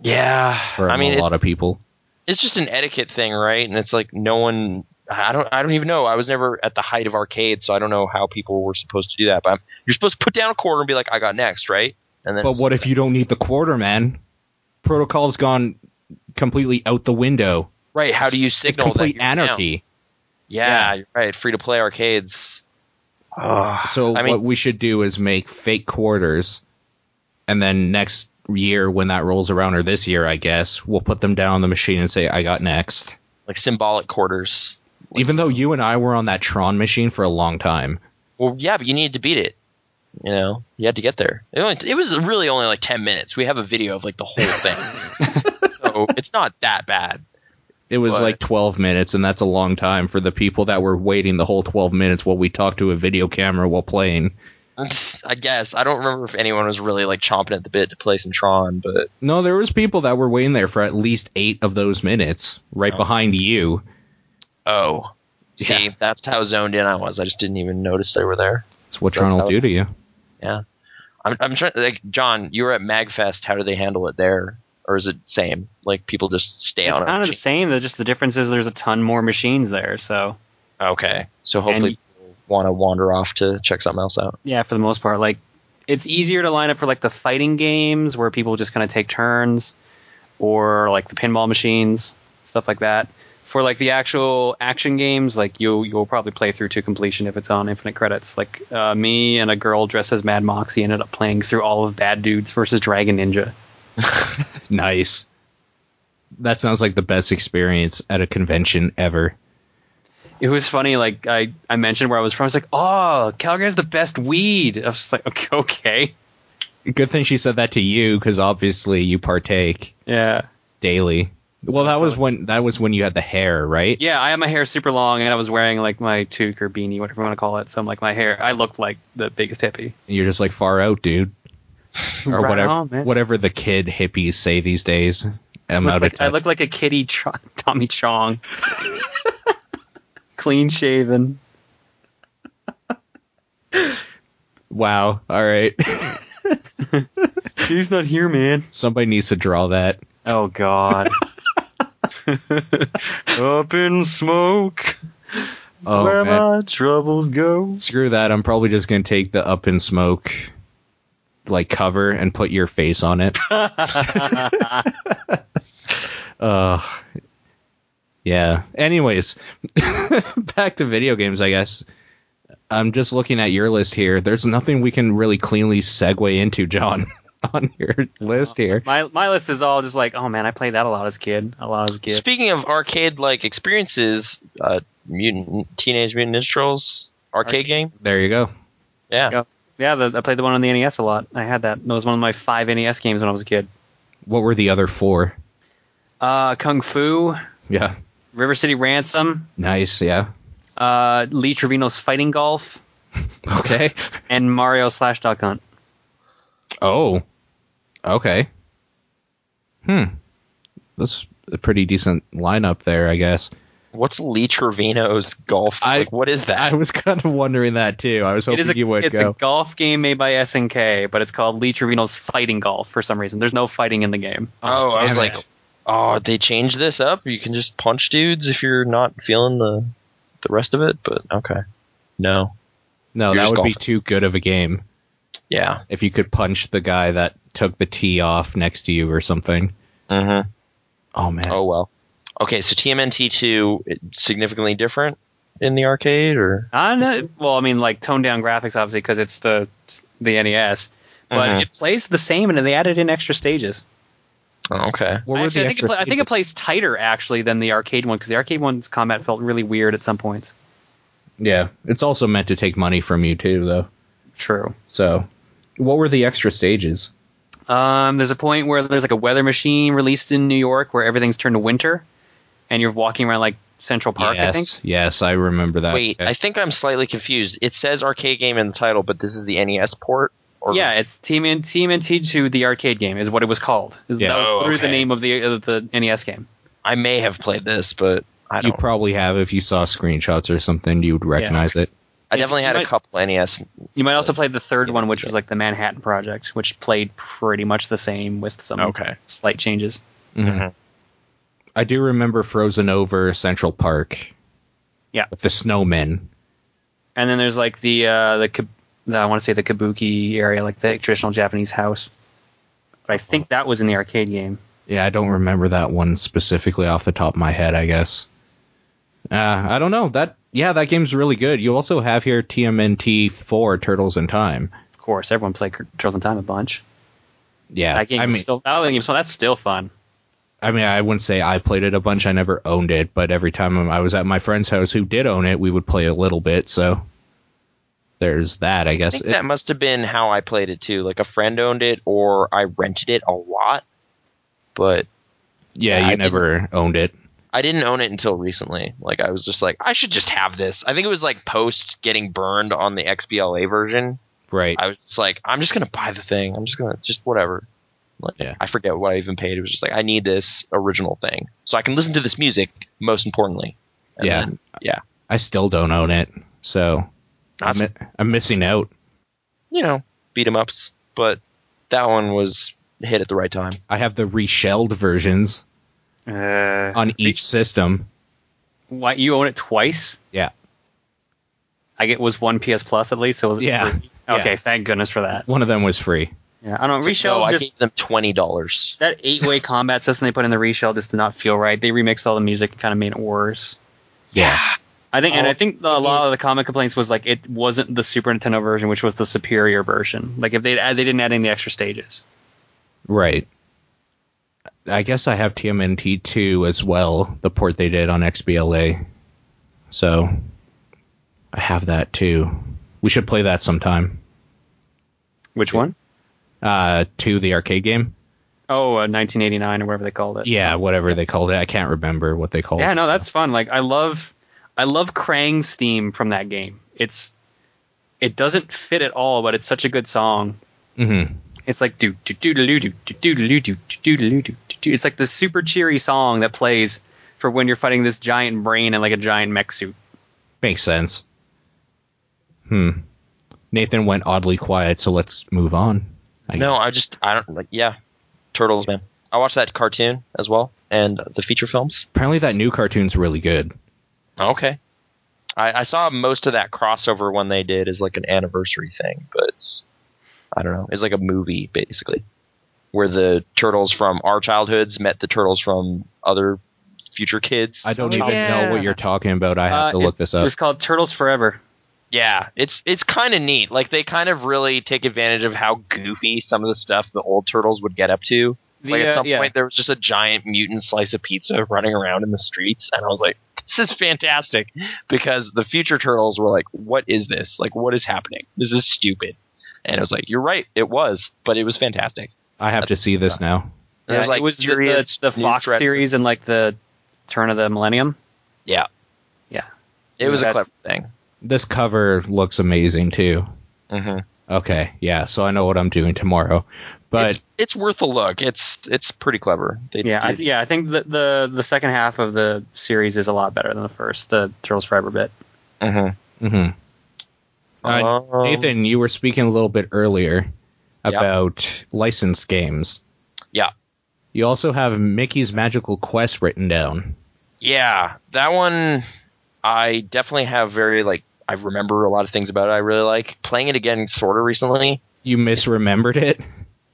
[SPEAKER 3] Yeah,
[SPEAKER 1] for
[SPEAKER 3] I mean,
[SPEAKER 1] a
[SPEAKER 3] it-
[SPEAKER 1] lot of people.
[SPEAKER 3] it's just an etiquette thing, right? And it's like no one. I don't. I don't even know. I was never at the height of arcade, so I don't know how people were supposed to do that. But I'm, you're supposed to put down a quarter and be like, "I got next," right? And then,
[SPEAKER 1] But what if you don't need the quarter, man? Protocol's gone completely out the window.
[SPEAKER 3] right? How do you
[SPEAKER 1] It's
[SPEAKER 3] signal
[SPEAKER 1] complete
[SPEAKER 3] that you're down?
[SPEAKER 1] anarchy.
[SPEAKER 3] Yeah, you're right. Free to play arcades. Ugh.
[SPEAKER 1] So
[SPEAKER 3] I mean-
[SPEAKER 1] what we should do is make fake quarters, and then next year when that rolls around, or this year, I guess, we'll put them down on the machine and say, "I got next."
[SPEAKER 3] like symbolic quarters.
[SPEAKER 1] Even though you and I were on that Tron machine for a long time,
[SPEAKER 3] Well, yeah, but you needed to beat it. You know, you had to get there. It, only, it was really only like ten minutes. We have a video of like the whole thing, so it's not that bad.
[SPEAKER 1] it was
[SPEAKER 3] What?
[SPEAKER 1] like twelve minutes, and that's a long time for the people that were waiting the whole twelve minutes while we talked to a video camera while playing.
[SPEAKER 3] I guess I don't remember if anyone was really like chomping at the bit to play some Tron, but
[SPEAKER 1] No, there was people that were waiting there for at least eight of those minutes, right behind you.
[SPEAKER 3] oh, See, that's how zoned in I was. I just didn't even notice they were there.
[SPEAKER 1] It's what Tron will
[SPEAKER 3] how-
[SPEAKER 1] do to you.
[SPEAKER 3] Yeah, I'm, I'm trying. Like John, you were at Magfest. How do they handle it there, or is it same? Like people just stay
[SPEAKER 4] it's
[SPEAKER 3] on. a
[SPEAKER 4] kind of the
[SPEAKER 3] machine?
[SPEAKER 4] same. The, just the difference is there's a ton more machines there. So
[SPEAKER 3] Okay, so hopefully people want to wander off to check something else out.
[SPEAKER 4] yeah, for the most part, like it's easier to line up for like the fighting games where people just kind of take turns, or like the pinball machines, stuff like that. For like the actual action games, like you you'll probably play through to completion if it's on infinite credits. Like uh, me and a girl dressed as Mad Moxie ended up playing through all of Bad Dudes versus Dragon Ninja.
[SPEAKER 1] Nice. That sounds like the best experience at a convention ever.
[SPEAKER 4] It was funny, like I, I mentioned where I was from. I was like, "Oh, Calgary has the best weed." I was just like, "Okay, okay,
[SPEAKER 1] Good thing she said that to you because obviously you partake
[SPEAKER 4] yeah."
[SPEAKER 1] daily. Well, that was when that was when you had the hair, right?
[SPEAKER 4] Yeah, I had my hair super long, and I was wearing like my toque or beanie, whatever you want to call it. So I'm like, my hair, I looked like the biggest hippie.
[SPEAKER 1] You're just like far out, dude, or
[SPEAKER 4] Right
[SPEAKER 1] whatever
[SPEAKER 4] on, man.
[SPEAKER 1] whatever the kid hippies say these days. I'm
[SPEAKER 4] Looked
[SPEAKER 1] out
[SPEAKER 4] like-
[SPEAKER 1] of
[SPEAKER 4] I
[SPEAKER 1] touch.
[SPEAKER 4] looked like a kitty Cho- Tommy Chong, clean shaven.
[SPEAKER 1] wow. All right.
[SPEAKER 4] He's not here, man.
[SPEAKER 1] Somebody needs to draw that.
[SPEAKER 4] Oh God. Up in smoke. That's
[SPEAKER 1] Oh,
[SPEAKER 4] where
[SPEAKER 1] man.
[SPEAKER 4] my troubles go.
[SPEAKER 1] Screw that. I'm probably just gonna take the up in smoke like cover and put your face on it. uh yeah. Anyways, back to video games, I guess. I'm just looking at your list here. There's nothing we can really cleanly segue into, John, on your list here.
[SPEAKER 4] My my list is all just like, oh man, I played that a lot as a kid, a lot as a kid.
[SPEAKER 3] Speaking of arcade-like experiences, uh, mutant teenage mutant Ninja turtles arcade,
[SPEAKER 4] Arcade.
[SPEAKER 3] game.
[SPEAKER 1] There you go.
[SPEAKER 3] Yeah.
[SPEAKER 4] Yeah. Yeah, the, I played the one on the NES a lot. I had that. That was one of my five NES games when I was a kid.
[SPEAKER 1] What were the other four?
[SPEAKER 4] Uh, Kung Fu,
[SPEAKER 1] Yeah.
[SPEAKER 4] River City Ransom,
[SPEAKER 1] Nice, yeah.
[SPEAKER 4] uh, Lee Trevino's Fighting Golf,
[SPEAKER 1] Okay.
[SPEAKER 4] and Mario slash Duck Hunt.
[SPEAKER 1] Oh. Okay. Hmm. That's a pretty decent lineup there, I guess.
[SPEAKER 3] What's Lee Trevino's golf?
[SPEAKER 1] I-
[SPEAKER 3] like, what is that?
[SPEAKER 1] I was kind of wondering that too. I was
[SPEAKER 4] It
[SPEAKER 1] hoping
[SPEAKER 4] is a,
[SPEAKER 1] you would
[SPEAKER 4] it's
[SPEAKER 1] go.
[SPEAKER 4] a golf game made by SNK, but it's called Lee Trevino's Fighting Golf for some reason. There's no fighting in the game.
[SPEAKER 3] oh, I was
[SPEAKER 1] damn
[SPEAKER 3] like,
[SPEAKER 1] it.
[SPEAKER 3] oh, they changed this up. You can just punch dudes if you're not feeling the the rest of it. But okay, no,
[SPEAKER 1] no,
[SPEAKER 3] you're
[SPEAKER 1] that
[SPEAKER 3] just
[SPEAKER 1] would be
[SPEAKER 3] golfing.
[SPEAKER 1] too good of a game
[SPEAKER 3] yeah,
[SPEAKER 1] if you could punch the guy that took the tee off next to you or something.
[SPEAKER 3] mm-hmm.
[SPEAKER 1] Oh man.
[SPEAKER 3] oh well. Okay, so TMNT two it- significantly different in the arcade, or
[SPEAKER 1] Uh,
[SPEAKER 4] I know, well, I mean, like toned down graphics, obviously, because it's the the NES, but
[SPEAKER 1] Uh-huh.
[SPEAKER 3] Mhm.
[SPEAKER 4] it plays the same, and they added in extra stages.
[SPEAKER 3] oh, okay,
[SPEAKER 1] What were the
[SPEAKER 4] Actually, I, think it
[SPEAKER 1] extra
[SPEAKER 4] pla- I think it
[SPEAKER 1] stages?
[SPEAKER 4] plays tighter actually than the arcade one because the arcade one's combat felt really weird at some points.
[SPEAKER 1] Yeah, it's also meant to take money from you too, though.
[SPEAKER 4] True.
[SPEAKER 1] So, what were the extra stages?
[SPEAKER 4] Um, there's a point where there's like a weather machine released in New York where everything's turned to winter, and you're walking around like Central Park. I think.
[SPEAKER 1] yes, yes, I remember that.
[SPEAKER 3] Wait, I think I'm slightly confused. It says arcade game in the title, but this is the NES port. Or
[SPEAKER 4] Yeah, it's Team and Team and T two the arcade game is what it was called. Is-
[SPEAKER 1] Yeah.
[SPEAKER 4] That was
[SPEAKER 3] Oh,
[SPEAKER 4] literally the
[SPEAKER 3] okay.
[SPEAKER 4] name of the of the NES game.
[SPEAKER 3] I may have played this, but I
[SPEAKER 1] you
[SPEAKER 3] don't.
[SPEAKER 1] probably have if you saw screenshots or something, you would recognize it.
[SPEAKER 3] I definitely
[SPEAKER 4] you
[SPEAKER 3] had a
[SPEAKER 4] might-
[SPEAKER 3] couple E NES.
[SPEAKER 4] You might also play the third one, which was like the Manhattan Project, which played pretty much the same with some
[SPEAKER 3] Okay.
[SPEAKER 4] slight changes.
[SPEAKER 1] I do remember Frozen Over Central Park.
[SPEAKER 4] Yeah.
[SPEAKER 1] With the snowmen.
[SPEAKER 4] And then there's like the uh, the, kab- the I want to say the kabuki area, like the traditional Japanese house. But I think that was in the arcade game.
[SPEAKER 1] Yeah, I don't remember that one specifically off the top of my head, I guess. Uh, I don't know. That yeah, that game's really good. You also have here TMNT 4 Turtles in Time.
[SPEAKER 4] Of course, everyone played Cur- Turtles in Time a bunch.
[SPEAKER 1] Yeah.
[SPEAKER 4] That game
[SPEAKER 1] I
[SPEAKER 4] is
[SPEAKER 1] mean,
[SPEAKER 4] still that game, so that's still fun.
[SPEAKER 1] I mean, I wouldn't say I played it a bunch. I never owned it, but every time I was at my friend's house who did own it, we would play a little bit, so there's that, I
[SPEAKER 3] I
[SPEAKER 1] guess.
[SPEAKER 3] think
[SPEAKER 1] It-
[SPEAKER 3] that must have been how I played it too. Like a friend owned it, or I rented it a lot, but
[SPEAKER 1] yeah,
[SPEAKER 3] yeah,
[SPEAKER 1] you
[SPEAKER 3] I
[SPEAKER 1] never owned it.
[SPEAKER 3] I didn't own it until recently. Like I was just like, I should just have this. I think it was like post getting burned on the XBLA version.
[SPEAKER 1] Right.
[SPEAKER 3] I was just like, I'm just gonna buy the thing. I'm just gonna just whatever. Like,
[SPEAKER 1] Yeah.
[SPEAKER 3] I forget what I even paid. It was just like I need this original thing so I can listen to this music. Most importantly, And
[SPEAKER 1] yeah.
[SPEAKER 3] then- yeah.
[SPEAKER 1] I still don't own it, so I'm mi- I'm missing out.
[SPEAKER 3] you know, beat 'em ups, but that one was hit at the right time.
[SPEAKER 1] I have the reshelled versions
[SPEAKER 4] Uh,
[SPEAKER 1] on each system.
[SPEAKER 4] why you own it twice?
[SPEAKER 1] Yeah.
[SPEAKER 4] I get was one PS Plus at least. So was it
[SPEAKER 1] Yeah.
[SPEAKER 4] free? Okay,
[SPEAKER 1] Yeah.
[SPEAKER 4] thank goodness for that.
[SPEAKER 1] One of them was free.
[SPEAKER 4] Yeah, I don't reshell
[SPEAKER 3] No, I
[SPEAKER 4] just
[SPEAKER 3] gave them twenty dollars.
[SPEAKER 4] that eight way combat system they put in the reshell just did not feel right. They remixed all the music and kind of made it worse.
[SPEAKER 1] Yeah.
[SPEAKER 4] I think, and
[SPEAKER 3] Oh.
[SPEAKER 4] I think the, a lot of the common complaints was like it wasn't the Super Nintendo version, which was the superior version. Like if they they didn't add any extra stages.
[SPEAKER 1] Right. I guess I have TMNT two as well, the port they did on XBLA. So I have that too. We should play that sometime.
[SPEAKER 4] Which one?
[SPEAKER 1] Uh to the arcade game.
[SPEAKER 4] Oh, uh, 1989 or whatever they called it.
[SPEAKER 1] Yeah, whatever they called it. I can't remember what they called
[SPEAKER 4] Yeah,
[SPEAKER 1] it.
[SPEAKER 4] no, that's fun. Like I love, I love Krang's theme from that game. It's, it doesn't fit at all, but it's such a good song.
[SPEAKER 1] Mhm.
[SPEAKER 4] It's like do do do do do do do do do do do do do. It's like this super cheery song that plays for when you're fighting this giant brain in like a giant mech suit.
[SPEAKER 1] Makes sense. Hmm. Nathan went oddly quiet, so let's move on. I
[SPEAKER 3] No, I just I don't like yeah, turtles man. I watched that cartoon as well and the feature films.
[SPEAKER 1] Apparently that new cartoon's really good.
[SPEAKER 3] Okay, I, I saw most of that crossover one they did as like an anniversary thing, but I don't know. It's like a movie basically, where the turtles from our childhoods met the turtles from other future kids.
[SPEAKER 1] I don't
[SPEAKER 4] Oh,
[SPEAKER 1] even
[SPEAKER 4] yeah.
[SPEAKER 1] know what you're talking about. I
[SPEAKER 3] Uh,
[SPEAKER 4] Uh,
[SPEAKER 1] have to look this up.
[SPEAKER 4] It's called Turtles Forever.
[SPEAKER 3] Yeah, it's it's kind of neat. Like they kind of really take advantage of how goofy some of the stuff the old turtles would get up to.
[SPEAKER 4] The,
[SPEAKER 3] like at
[SPEAKER 4] uh,
[SPEAKER 3] some
[SPEAKER 4] yeah.
[SPEAKER 3] point there was just a giant mutant slice of pizza running around in the streets and I was like, this is fantastic because the future turtles were like, what is this? Like what is happening? This is stupid. And I was like, you're right, it was, but it was fantastic.
[SPEAKER 1] I have to see this now.
[SPEAKER 3] It was,
[SPEAKER 4] Yeah,
[SPEAKER 3] like,
[SPEAKER 4] Uh, it was the-
[SPEAKER 3] serious
[SPEAKER 4] the, the
[SPEAKER 3] new
[SPEAKER 4] Fox
[SPEAKER 3] threat.
[SPEAKER 4] series and like the turn of the millennium.
[SPEAKER 3] Yeah.
[SPEAKER 4] Yeah.
[SPEAKER 3] It was a
[SPEAKER 4] That's-
[SPEAKER 3] clever thing.
[SPEAKER 1] This cover looks amazing too.
[SPEAKER 3] hmm
[SPEAKER 1] Okay, yeah, so I know what I'm doing tomorrow. But
[SPEAKER 3] it's, it's worth a look. It's it's pretty clever. They
[SPEAKER 4] Yeah, I,
[SPEAKER 3] did-
[SPEAKER 4] yeah. I think the, the the second half of the series is a lot better than the first. The Turtles Forever bit.
[SPEAKER 3] Mhm.
[SPEAKER 1] mhm. Uh,
[SPEAKER 3] Um,
[SPEAKER 1] Nathan, you were speaking a little bit earlier
[SPEAKER 3] Yeah.
[SPEAKER 1] about licensed games.
[SPEAKER 3] Yeah.
[SPEAKER 1] You also have Mickey's Magical Quest written down.
[SPEAKER 3] Yeah, that one I definitely have very like I remember a lot of things about it I really like. Playing it again sort of recently.
[SPEAKER 1] You misremembered it?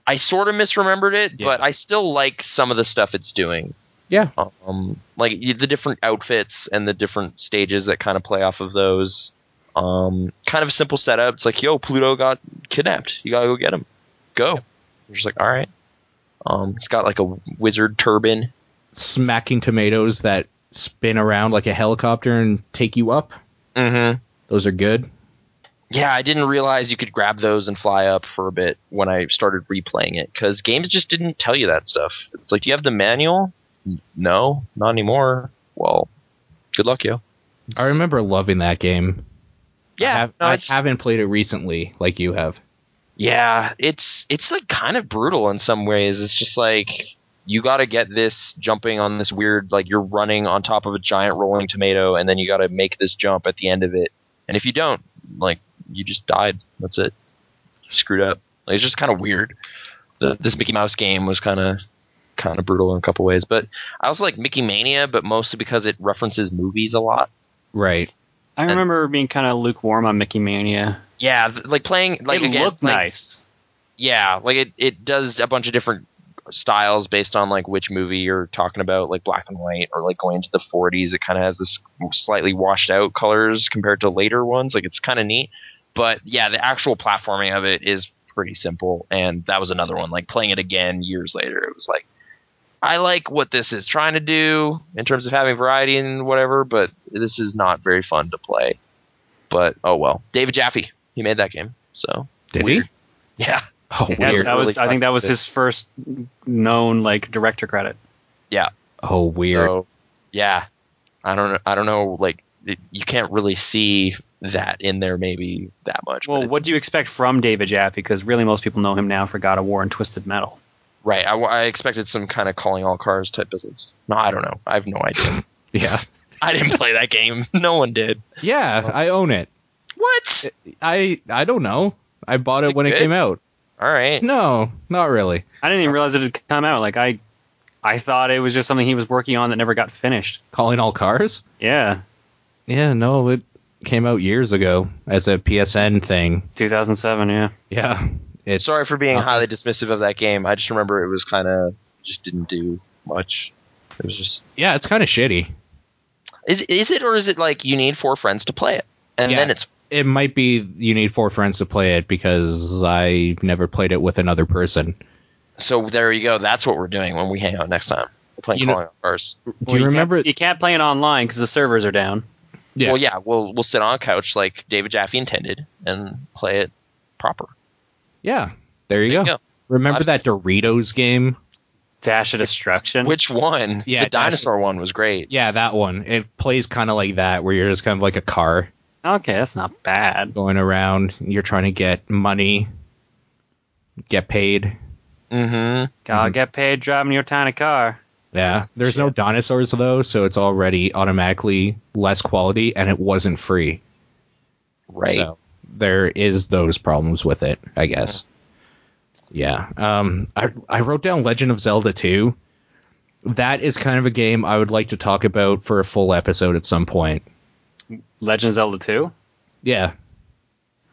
[SPEAKER 3] I sort of misremembered it,
[SPEAKER 1] Yeah.
[SPEAKER 3] but I still like some of the stuff it's doing.
[SPEAKER 1] Yeah.
[SPEAKER 3] Um like y- the different outfits and the different stages that kind of play off of those. Um kind of a simple setup. It's like, "Yo, Pluto got kidnapped. You got to go get him." Go. You're just like, "All right." Um it's got like a wizard turban.
[SPEAKER 1] Smacking tomatoes that spin around like a helicopter and take you up.
[SPEAKER 3] Mhm.
[SPEAKER 1] Those are good.
[SPEAKER 3] Yeah, I didn't realize you could grab those and fly up for a bit when I started replaying it because games just didn't tell you that stuff. It's like, do you have the manual? N- No, not anymore. Well, good luck, yo.
[SPEAKER 1] I remember loving that game.
[SPEAKER 3] Yeah,
[SPEAKER 1] I, have,
[SPEAKER 3] no,
[SPEAKER 1] I
[SPEAKER 3] it's-
[SPEAKER 1] haven't played it recently like you have.
[SPEAKER 3] yeah, it's it's like kind of brutal in some ways. It's just like you got to get this jumping on this weird like you're running on top of a giant rolling tomato, and then you got to make this jump at the end of it. And if you don't, like, you just died. That's it. Screwed up. Like, it's just kind of weird. The, this Mickey Mouse game was kind of kind of brutal in a couple ways, but I also like Mickey Mania, but mostly because it references movies a lot.
[SPEAKER 1] Right.
[SPEAKER 4] I
[SPEAKER 3] And-
[SPEAKER 4] remember being kind of lukewarm on Mickey Mania.
[SPEAKER 3] Yeah, th- like playing like
[SPEAKER 4] it
[SPEAKER 3] again,
[SPEAKER 4] looked
[SPEAKER 3] like,
[SPEAKER 4] nice.
[SPEAKER 3] yeah, like it, it does a bunch of different styles based on like which movie you're talking about, like black and white or like going into the 40s. It kind of has this slightly washed out colors compared to later ones. Like it's kind of neat, but yeah, the actual platforming of it is pretty simple. And that was another one. Like playing it again years later, it was like I like what this is trying to do in terms of having variety and whatever, but this is not very fun to play. But oh well, David Jaffe, he made that game, so
[SPEAKER 1] Did
[SPEAKER 3] Weird.
[SPEAKER 1] he?
[SPEAKER 3] yeah.
[SPEAKER 1] Oh,
[SPEAKER 4] That,
[SPEAKER 1] weird.
[SPEAKER 4] that was.
[SPEAKER 3] Really
[SPEAKER 4] I think that was
[SPEAKER 3] fucked
[SPEAKER 4] his first known like director credit.
[SPEAKER 1] Oh, weird.
[SPEAKER 3] So, yeah, I don't know. I don't know. Like it, you can't really see that in there maybe that much. but
[SPEAKER 4] Well,
[SPEAKER 3] it's-
[SPEAKER 4] what do you expect from David Jaffe? Because really, most people know him now for God of War and Twisted Metal.
[SPEAKER 3] Right. I, w- I expected some kind of calling all cars type business. No, I don't know. I have no idea.
[SPEAKER 1] yeah.
[SPEAKER 3] I didn't play that game. No one did.
[SPEAKER 1] Yeah, I own it.
[SPEAKER 3] What?
[SPEAKER 1] I I don't know. I bought it when it
[SPEAKER 3] good?
[SPEAKER 1] came out.
[SPEAKER 3] All right.
[SPEAKER 1] No, not really.
[SPEAKER 4] I didn't even realize it had come out. Like I, I thought it was just something he was working on that never got finished.
[SPEAKER 1] Calling all cars?
[SPEAKER 4] Yeah,
[SPEAKER 1] Yeah, no, it came out years ago as a PSN thing.
[SPEAKER 4] 2007. Yeah,
[SPEAKER 1] Yeah. It's
[SPEAKER 3] Sorry for being
[SPEAKER 1] uh,
[SPEAKER 3] highly dismissive of that game. I just remember it was kind of just didn't do much. It was just
[SPEAKER 1] Yeah, it's kind of shitty.
[SPEAKER 3] is is it or is it like you need four friends to play it and
[SPEAKER 1] Yeah.
[SPEAKER 3] then it's
[SPEAKER 1] It might be you need four friends to play it because I never played it with another person.
[SPEAKER 3] so there you go. That's what we're doing when we hang out next time. We're playing
[SPEAKER 1] You know-
[SPEAKER 3] Calling All Cars.
[SPEAKER 1] Do you remember?
[SPEAKER 4] Can't, you can't play it online because the servers are down.
[SPEAKER 1] Yeah.
[SPEAKER 3] Well, yeah, we'll we'll sit on a couch like David Jaffe intended and play it proper.
[SPEAKER 1] Yeah. There you,
[SPEAKER 3] There you
[SPEAKER 1] go.
[SPEAKER 3] go.
[SPEAKER 1] Remember that Doritos game?
[SPEAKER 4] Dash of Destruction.
[SPEAKER 3] Which one?
[SPEAKER 1] Yeah,
[SPEAKER 3] the
[SPEAKER 1] that's-
[SPEAKER 3] dinosaur one was great.
[SPEAKER 1] Yeah, that one. It plays kind of like that, where you're just kind of like a car
[SPEAKER 4] okay, that's not bad.
[SPEAKER 1] going around. You're trying to get money, get paid.
[SPEAKER 3] Mm-hmm.
[SPEAKER 4] Gotta get paid driving your tiny car.
[SPEAKER 1] Yeah. There's no dinosaurs though, so it's already automatically less quality, and it wasn't free.
[SPEAKER 3] Right.
[SPEAKER 1] So there is those problems with it, I guess. Yeah. Um I I wrote down Legend of Zelda 2. That is kind of a game I would like to talk about for a full episode at some point.
[SPEAKER 4] Legend of Zelda 2.
[SPEAKER 1] Yeah.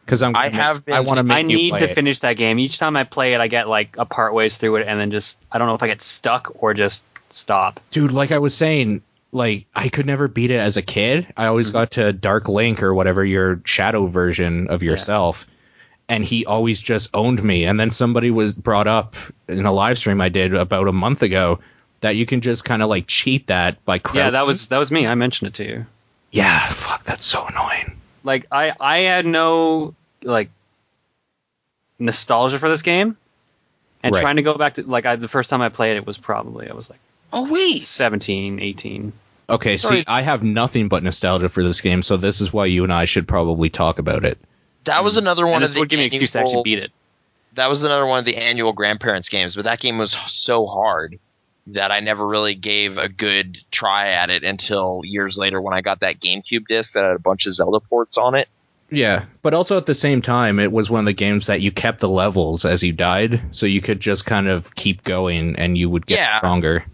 [SPEAKER 1] Cuz I'm
[SPEAKER 3] I
[SPEAKER 1] gonna-
[SPEAKER 3] have been-
[SPEAKER 1] I want to make
[SPEAKER 4] I
[SPEAKER 1] you
[SPEAKER 4] need
[SPEAKER 1] play
[SPEAKER 4] to
[SPEAKER 1] it.
[SPEAKER 4] finish that game. Each time I play it, I get like a part ways through it, and then just I don't know if I get stuck or just stop.
[SPEAKER 1] Dude, like I was saying, like I could never beat it as a kid. I always
[SPEAKER 4] Mm-hmm.
[SPEAKER 1] got to Dark Link or whatever your shadow version of yourself. And he always just owned me. And then somebody was brought up in a live stream I did about a month ago that you can just kind of like cheat that by crouching.
[SPEAKER 4] Yeah, that was that was me. I mentioned it to you.
[SPEAKER 1] yeah. Fuck, that's so annoying.
[SPEAKER 4] like I I had no like nostalgia for this game, and
[SPEAKER 1] Right.
[SPEAKER 4] trying to go back to like I, the first time I played it was probably I was like
[SPEAKER 3] Oh wait.
[SPEAKER 4] 17, 18.
[SPEAKER 1] Okay,
[SPEAKER 3] Sorry.
[SPEAKER 1] see, I have nothing but nostalgia for this game, so this is why you and I should probably talk about it.
[SPEAKER 3] That was another one
[SPEAKER 4] mm. and
[SPEAKER 3] of
[SPEAKER 4] this
[SPEAKER 3] the
[SPEAKER 4] would give me an excuse to actually
[SPEAKER 3] annual-
[SPEAKER 4] beat it.
[SPEAKER 3] that was another one of the annual grandparents games, but that game was so hard that I never really gave a good try at it until years later when I got that GameCube disc that had a bunch of Zelda ports on it.
[SPEAKER 1] Yeah, but also at the same time, it was one of the games that you kept the levels as you died, so you could just kind of keep going and you would get
[SPEAKER 3] Yeah.
[SPEAKER 1] stronger.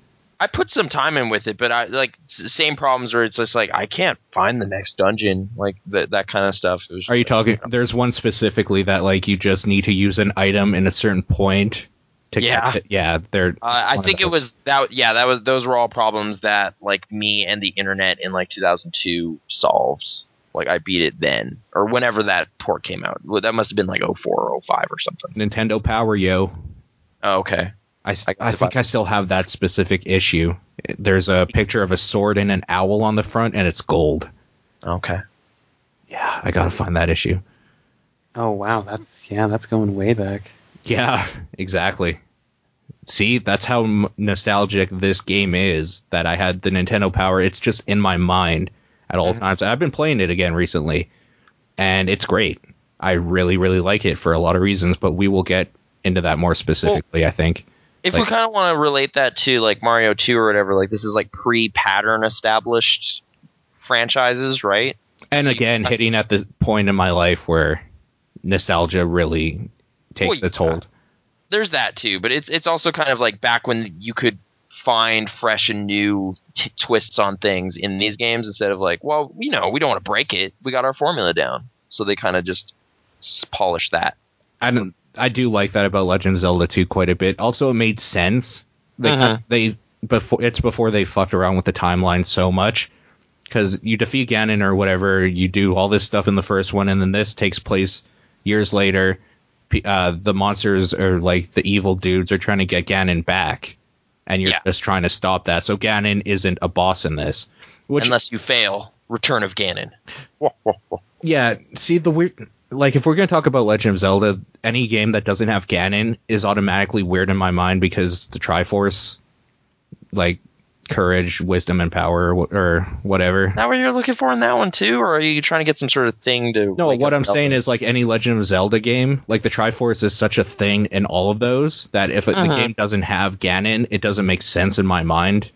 [SPEAKER 3] I put some time in with it, but I like s- same problems where it's just like I can't find the next dungeon, like that that kind of stuff. It was-
[SPEAKER 1] Are you talking? There's one specifically that like you just need to use an item in a certain point to
[SPEAKER 3] Yeah.
[SPEAKER 1] get. To, yeah, they're.
[SPEAKER 3] Uh, I
[SPEAKER 1] one of
[SPEAKER 3] think it
[SPEAKER 1] those.
[SPEAKER 3] was that. Yeah, that was those were all problems that like me and the internet in like 2002 solved. Like I beat it then, or whenever that port came out. Well, That must have been like 04 or 05 or something.
[SPEAKER 1] Nintendo Power Yo.
[SPEAKER 3] Oh, okay.
[SPEAKER 1] I, s-
[SPEAKER 3] I got
[SPEAKER 1] I
[SPEAKER 3] the
[SPEAKER 1] think I still have that specific issue. There's a picture of a sword and an owl on the front, and it's gold.
[SPEAKER 3] Okay.
[SPEAKER 1] Yeah, I gotta find that issue.
[SPEAKER 4] Oh wow, that's yeah, that's going way back.
[SPEAKER 1] Yeah, exactly. See, that's how m- nostalgic this game is that I had the Nintendo Power. It's just in my mind at all times. I've been playing it again recently, and it's great. I really, really like it for a lot of reasons, but we will get into that more specifically, I think.
[SPEAKER 3] If
[SPEAKER 1] Like-
[SPEAKER 3] we kind of want to relate that to like Mario 2 or whatever, like this is like pre-pattern established franchises, right?
[SPEAKER 1] And again, hitting at the point in my life where nostalgia really takes
[SPEAKER 3] Well,
[SPEAKER 1] its hold.
[SPEAKER 3] There's that too, but it's it's also kind of like back when you could find fresh and new t- twists on things in these games instead of like, well, you know, we don't want to break it. We got our formula down, so they kind of just s- polish that.
[SPEAKER 1] I don't. I do like that about Legend of Zelda 2 quite a bit. Also, it made sense. They
[SPEAKER 3] Uh-huh.
[SPEAKER 1] they before it's before they fucked around with the timeline so much because you defeat Ganon or whatever, you do all this stuff in the first one, and then this takes place years later. P- Uh, the monsters or like the evil dudes are trying to get Ganon back, and you're
[SPEAKER 3] Yeah.
[SPEAKER 1] just trying to stop that. So Ganon isn't a boss in this, which
[SPEAKER 3] Unless you fail, Return of Ganon.
[SPEAKER 1] yeah, see the weird like if we're going to talk about Legend of Zelda, any game that doesn't have Ganon is automatically weird in my mind because the Triforce like courage, wisdom and power wh- or whatever.
[SPEAKER 3] Is that what you're looking for in that one too, or are you trying to get some sort of thing to?
[SPEAKER 1] No,
[SPEAKER 3] like,
[SPEAKER 1] what I'm
[SPEAKER 3] develop?
[SPEAKER 1] saying is like any Legend of Zelda game, like the Triforce is such a thing in all of those that if it- the game doesn't have Ganon, it doesn't make sense in my mind.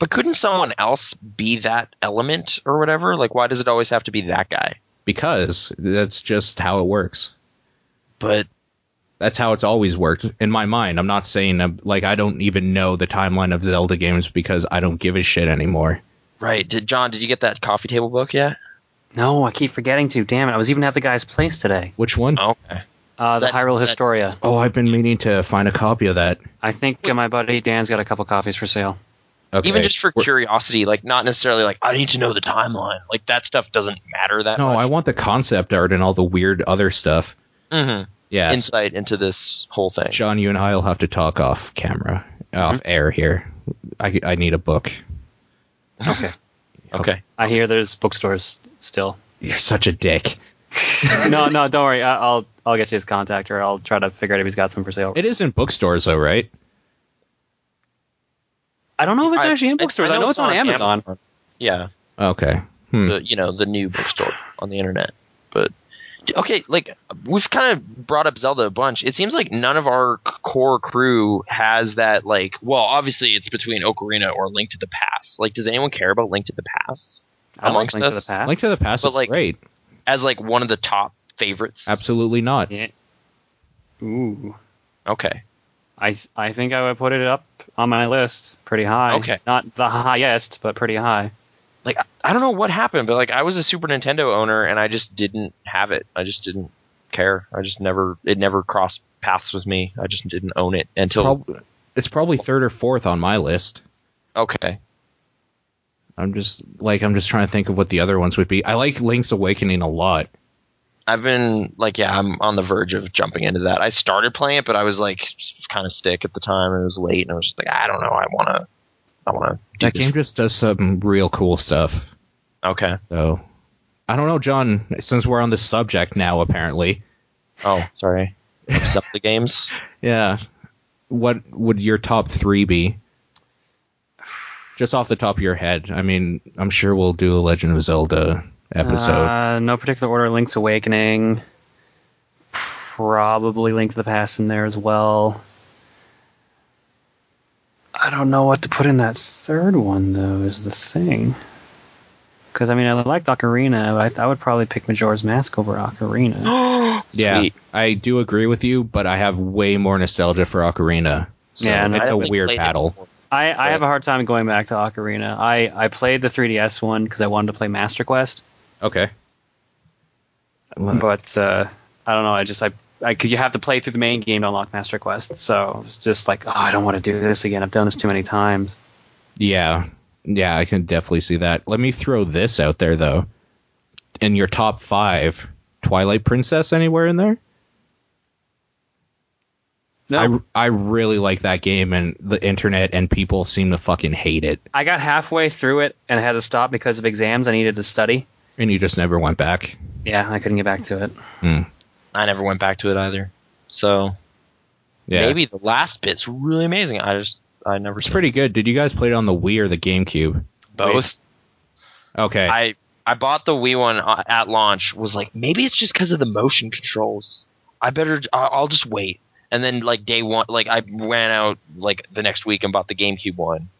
[SPEAKER 3] But couldn't someone else be that element or whatever? Like, why does it always have to be that guy?
[SPEAKER 1] because that's just how it works.
[SPEAKER 3] But
[SPEAKER 1] That's how it's always worked in my mind. I'm not saying um, like I don't even know the timeline of Zelda games because I don't give a shit anymore.
[SPEAKER 3] right, did John? Did you get that coffee table book yet?
[SPEAKER 4] No, I keep forgetting to. Damn it! I was even at the guy's place today.
[SPEAKER 1] Which one?
[SPEAKER 3] Okay.
[SPEAKER 4] Uh, the
[SPEAKER 3] That-
[SPEAKER 4] Hyrule
[SPEAKER 3] that-
[SPEAKER 4] Historia.
[SPEAKER 1] Oh, I've been meaning to find a copy of that.
[SPEAKER 4] I think uh, my buddy Dan's got a couple copies for sale.
[SPEAKER 1] Okay.
[SPEAKER 3] Even just for
[SPEAKER 1] We're-
[SPEAKER 3] curiosity, like not necessarily like I need to know the timeline. Like that stuff doesn't matter that
[SPEAKER 1] no, I
[SPEAKER 3] much.
[SPEAKER 1] want the concept art and all the weird other stuff.
[SPEAKER 3] Mhm.
[SPEAKER 1] Yeah, so
[SPEAKER 3] Insight into this whole thing.
[SPEAKER 1] John, you and I will have to talk off camera,
[SPEAKER 3] Mm-hmm.
[SPEAKER 1] off air here. I, I need a book.
[SPEAKER 4] Okay.
[SPEAKER 3] Okay.
[SPEAKER 4] I hear there's bookstores still.
[SPEAKER 1] You're such a dick.
[SPEAKER 4] no, no, don't worry. I, I'll I'll get you his contact, or I'll try to figure out if he's got some for sale.
[SPEAKER 1] It is in bookstores though, right?
[SPEAKER 4] I don't know if it's
[SPEAKER 3] I-
[SPEAKER 4] actually in
[SPEAKER 3] I-
[SPEAKER 4] bookstores. I, know, it's on, Amazon.
[SPEAKER 3] Yeah.
[SPEAKER 1] Okay. Hmm.
[SPEAKER 3] the you know the new bookstore on the internet. But okay, like we've kind of brought up Zelda a bunch. It seems like none of our c- core crew has that. Like, well, obviously it's between Ocarina or Link to the Past. Like, does anyone care about Link to the Past
[SPEAKER 4] I like
[SPEAKER 3] amongst
[SPEAKER 4] Link to the
[SPEAKER 3] us?
[SPEAKER 4] Past.
[SPEAKER 1] Link to the Past
[SPEAKER 3] But,
[SPEAKER 1] is
[SPEAKER 3] like-
[SPEAKER 1] great.
[SPEAKER 3] as like one of the top favorites?
[SPEAKER 1] Absolutely not.
[SPEAKER 4] Yeah. Ooh.
[SPEAKER 3] Okay.
[SPEAKER 4] I I think I would put it up on my list pretty high.
[SPEAKER 3] Okay.
[SPEAKER 4] Not the highest, but pretty high.
[SPEAKER 3] Like I- I don't know what happened, but like I was a Super Nintendo owner and I just didn't have it. I just didn't care. I just never it never crossed paths with me. I just didn't own it
[SPEAKER 1] It's,
[SPEAKER 3] until
[SPEAKER 1] prob- it's probably third or fourth on my list.
[SPEAKER 3] okay.
[SPEAKER 1] I'm just like I'm just trying to think of what the other ones would be. I like Link's Awakening a lot.
[SPEAKER 3] I've been like, yeah, I'm on the verge of jumping into that. I started playing it, but I was like, kind of sick at the time, and it was late, and I was just like, I don't know, I want to, I want to.
[SPEAKER 1] That game just does some real cool stuff.
[SPEAKER 3] Okay.
[SPEAKER 1] So I don't know, John. Since we're on this subject now, apparently,
[SPEAKER 3] Oh, sorry. Upset the games.
[SPEAKER 1] yeah. What would your top three be? Just off the top of your head. I mean, I'm sure we'll do a Legend of Zelda episode.
[SPEAKER 4] Uh, no particular order. Link's Awakening. Probably Link to the Past in there as well. I don't know what to put in that third one though. Is the thing. Because I mean, I like Ocarina. But I, I would probably pick Majora's Mask over Ocarina.
[SPEAKER 1] yeah,
[SPEAKER 3] Sweet.
[SPEAKER 1] I do agree with you, but I have way more nostalgia for Ocarina. So
[SPEAKER 4] Yeah, and
[SPEAKER 1] it's
[SPEAKER 4] I
[SPEAKER 1] a
[SPEAKER 3] haven't
[SPEAKER 1] weird
[SPEAKER 3] played it
[SPEAKER 1] battle.
[SPEAKER 3] before.
[SPEAKER 4] I, I
[SPEAKER 3] Right.
[SPEAKER 4] have a hard time going back to Ocarina. I, I played the 3DS one because I wanted to play Master Quest,
[SPEAKER 1] Okay.
[SPEAKER 4] but uh, I don't know. I just I because you have to play through the main game to unlock Master Quest, so it's just like oh, I don't want to do this again. I've done this too many times.
[SPEAKER 1] Yeah. Yeah, I can definitely see that. Let me throw this out there though. In your top five, Twilight Princess anywhere in there?
[SPEAKER 4] No,
[SPEAKER 1] I, I really like that game and the internet and people seem to fucking hate it.
[SPEAKER 4] I, got halfway through it and had to stop because of exams. I needed to study.
[SPEAKER 1] And you just never went back.
[SPEAKER 4] Yeah, I couldn't get back to it.
[SPEAKER 3] I never went back to it either. So
[SPEAKER 1] Yeah.
[SPEAKER 3] maybe the last bit's really amazing. I just, I never.
[SPEAKER 1] It's
[SPEAKER 3] seen
[SPEAKER 1] pretty good. Did you guys play it on the Wii or the GameCube?
[SPEAKER 3] both.
[SPEAKER 1] Okay.
[SPEAKER 3] I I bought the Wii one uh, at launch. Was like, maybe it's just because of the motion controls. I better. I- I'll just wait. And then like day one, like I ran out like the next week and bought the GameCube one.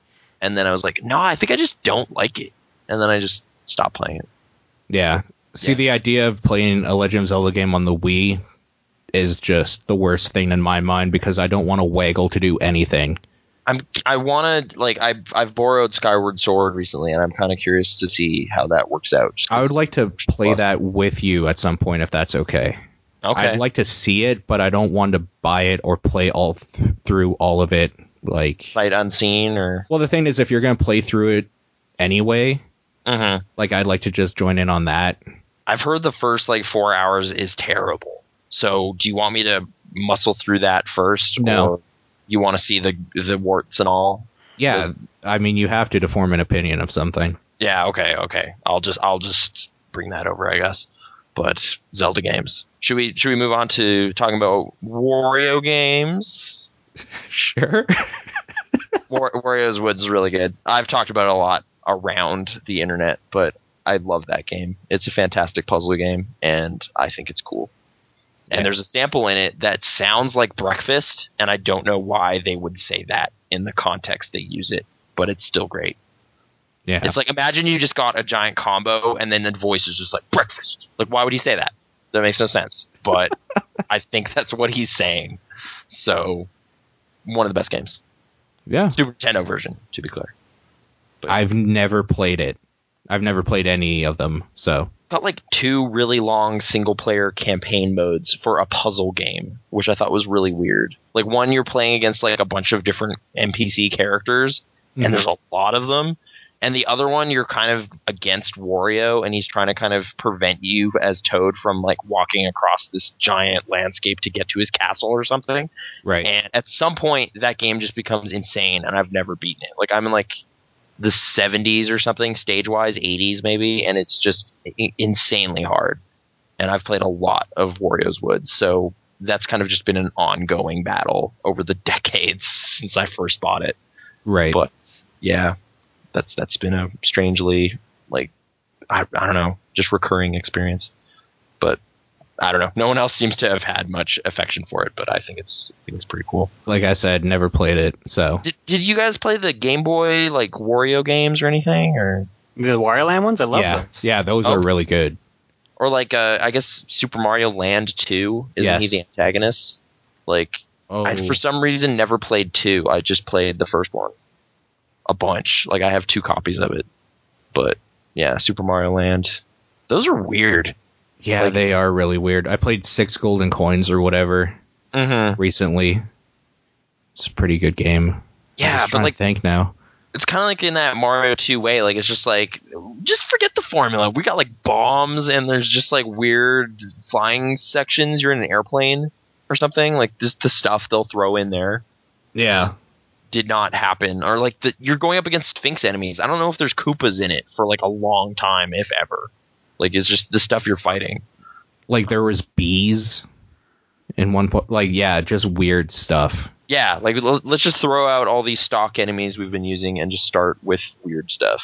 [SPEAKER 3] And then I was like, no, I think I just don't like it. And then I just stopped playing it.
[SPEAKER 1] yeah. See, the idea of playing a Legend of Zelda game on the Wii is just the worst thing in my mind because I don't want to waggle to do anything.
[SPEAKER 3] I'm I want to like I I've borrowed Skyward Sword recently, and I'm kind of curious to see how that works out. Just
[SPEAKER 1] I would
[SPEAKER 3] 'cause-
[SPEAKER 1] like to play
[SPEAKER 3] Plus.
[SPEAKER 1] that with you at some point if that's okay.
[SPEAKER 3] okay.
[SPEAKER 1] I'd like to see it, but I don't want to buy it or play all th- through all of it. Like,
[SPEAKER 3] sight unseen or.
[SPEAKER 1] well, the thing is, if you're going to play through it anyway,
[SPEAKER 3] Mhm.
[SPEAKER 1] like I'd like to just join in on that.
[SPEAKER 3] I've heard the first like four hours is terrible. So do you want me to muscle through that first?
[SPEAKER 1] No.
[SPEAKER 3] Or you want to see the the warts and all?
[SPEAKER 1] Yeah, I mean, you have to to form an opinion of something.
[SPEAKER 3] Yeah. Okay. Okay. I'll just I'll just bring that over, I guess. But Zelda games. Should we should we move on to talking about Wario games?
[SPEAKER 1] Sure.
[SPEAKER 3] War, Wario's Woods really good. I've talked about it a lot around the internet, but I love that game. It's a fantastic puzzle game, and I think it's cool. And
[SPEAKER 1] Yeah.
[SPEAKER 3] there's a sample in it that sounds like breakfast, and I don't know why they would say that in the context they use it, but it's still great.
[SPEAKER 1] Yeah.
[SPEAKER 3] It's like imagine you just got a giant combo and then the voice is just like breakfast. Like why would he say that? That makes no sense. But I think that's what he's saying. So one of the best games.
[SPEAKER 1] yeah.
[SPEAKER 3] Super Nintendo version, to be clear.
[SPEAKER 1] I've never played it. I've never played any of them. So
[SPEAKER 3] Got like two really long single player campaign modes for a puzzle game, which I thought was really weird. Like one you're playing against like a bunch of different NPC characters
[SPEAKER 1] Mhm.
[SPEAKER 3] and there's a lot of them. And the other one, you're kind of against Wario, and he's trying to kind of prevent you as Toad from like walking across this giant landscape to get to his castle or something.
[SPEAKER 1] right.
[SPEAKER 3] And at some point, that game just becomes insane, and I've never beaten it. Like I'm in like the 70s or something, stage wise, 80s maybe, and it's just i- insanely hard. And I've played a lot of Wario's Woods, so that's kind of just been an ongoing battle over the decades since I first bought it
[SPEAKER 1] right.
[SPEAKER 3] but yeah, that's that's been a strangely like I, I don't know, just recurring experience. But I don't know. No one else seems to have had much affection for it, but I think it's I think it's pretty cool.
[SPEAKER 1] like I said, never played it. So
[SPEAKER 3] Did, did you guys play the Game Boy like Wario games or anything or
[SPEAKER 4] The Wario Land ones, I love
[SPEAKER 1] yeah,
[SPEAKER 4] those.
[SPEAKER 1] yeah, those
[SPEAKER 3] Oh.
[SPEAKER 1] are really good.
[SPEAKER 3] or like uh, I guess Super Mario Land 2 isn't
[SPEAKER 1] Yes.
[SPEAKER 3] he the antagonist? Like
[SPEAKER 1] Oh,
[SPEAKER 3] I for some reason never played 2. I just played the first one a bunch. Like I have two copies of it. But yeah, Super Mario Land. Those are weird.
[SPEAKER 1] yeah,
[SPEAKER 3] like-
[SPEAKER 1] they are really weird. I played six golden coins or whatever
[SPEAKER 3] Mm-hmm.
[SPEAKER 1] recently. It's a pretty good game. I'm
[SPEAKER 3] Yeah,
[SPEAKER 1] just
[SPEAKER 3] but
[SPEAKER 1] trying
[SPEAKER 3] like
[SPEAKER 1] to think now.
[SPEAKER 3] it's kind of like in that Mario 2 way. Like it's just like just forget the formula. We got like bombs and there's just like weird flying sections. You're in an airplane or something. Like just the stuff they'll throw in there.
[SPEAKER 1] Yeah,
[SPEAKER 3] did not happen, or like the, you're going up against Sphinx enemies. I don't know if there's Koopas in it for like a long time, if ever. Like it's just the stuff you're fighting.
[SPEAKER 1] like there was bees in one point. Like yeah, just weird stuff.
[SPEAKER 3] Yeah, like l- let's just throw out all these stock enemies we've been using and just start with weird stuff.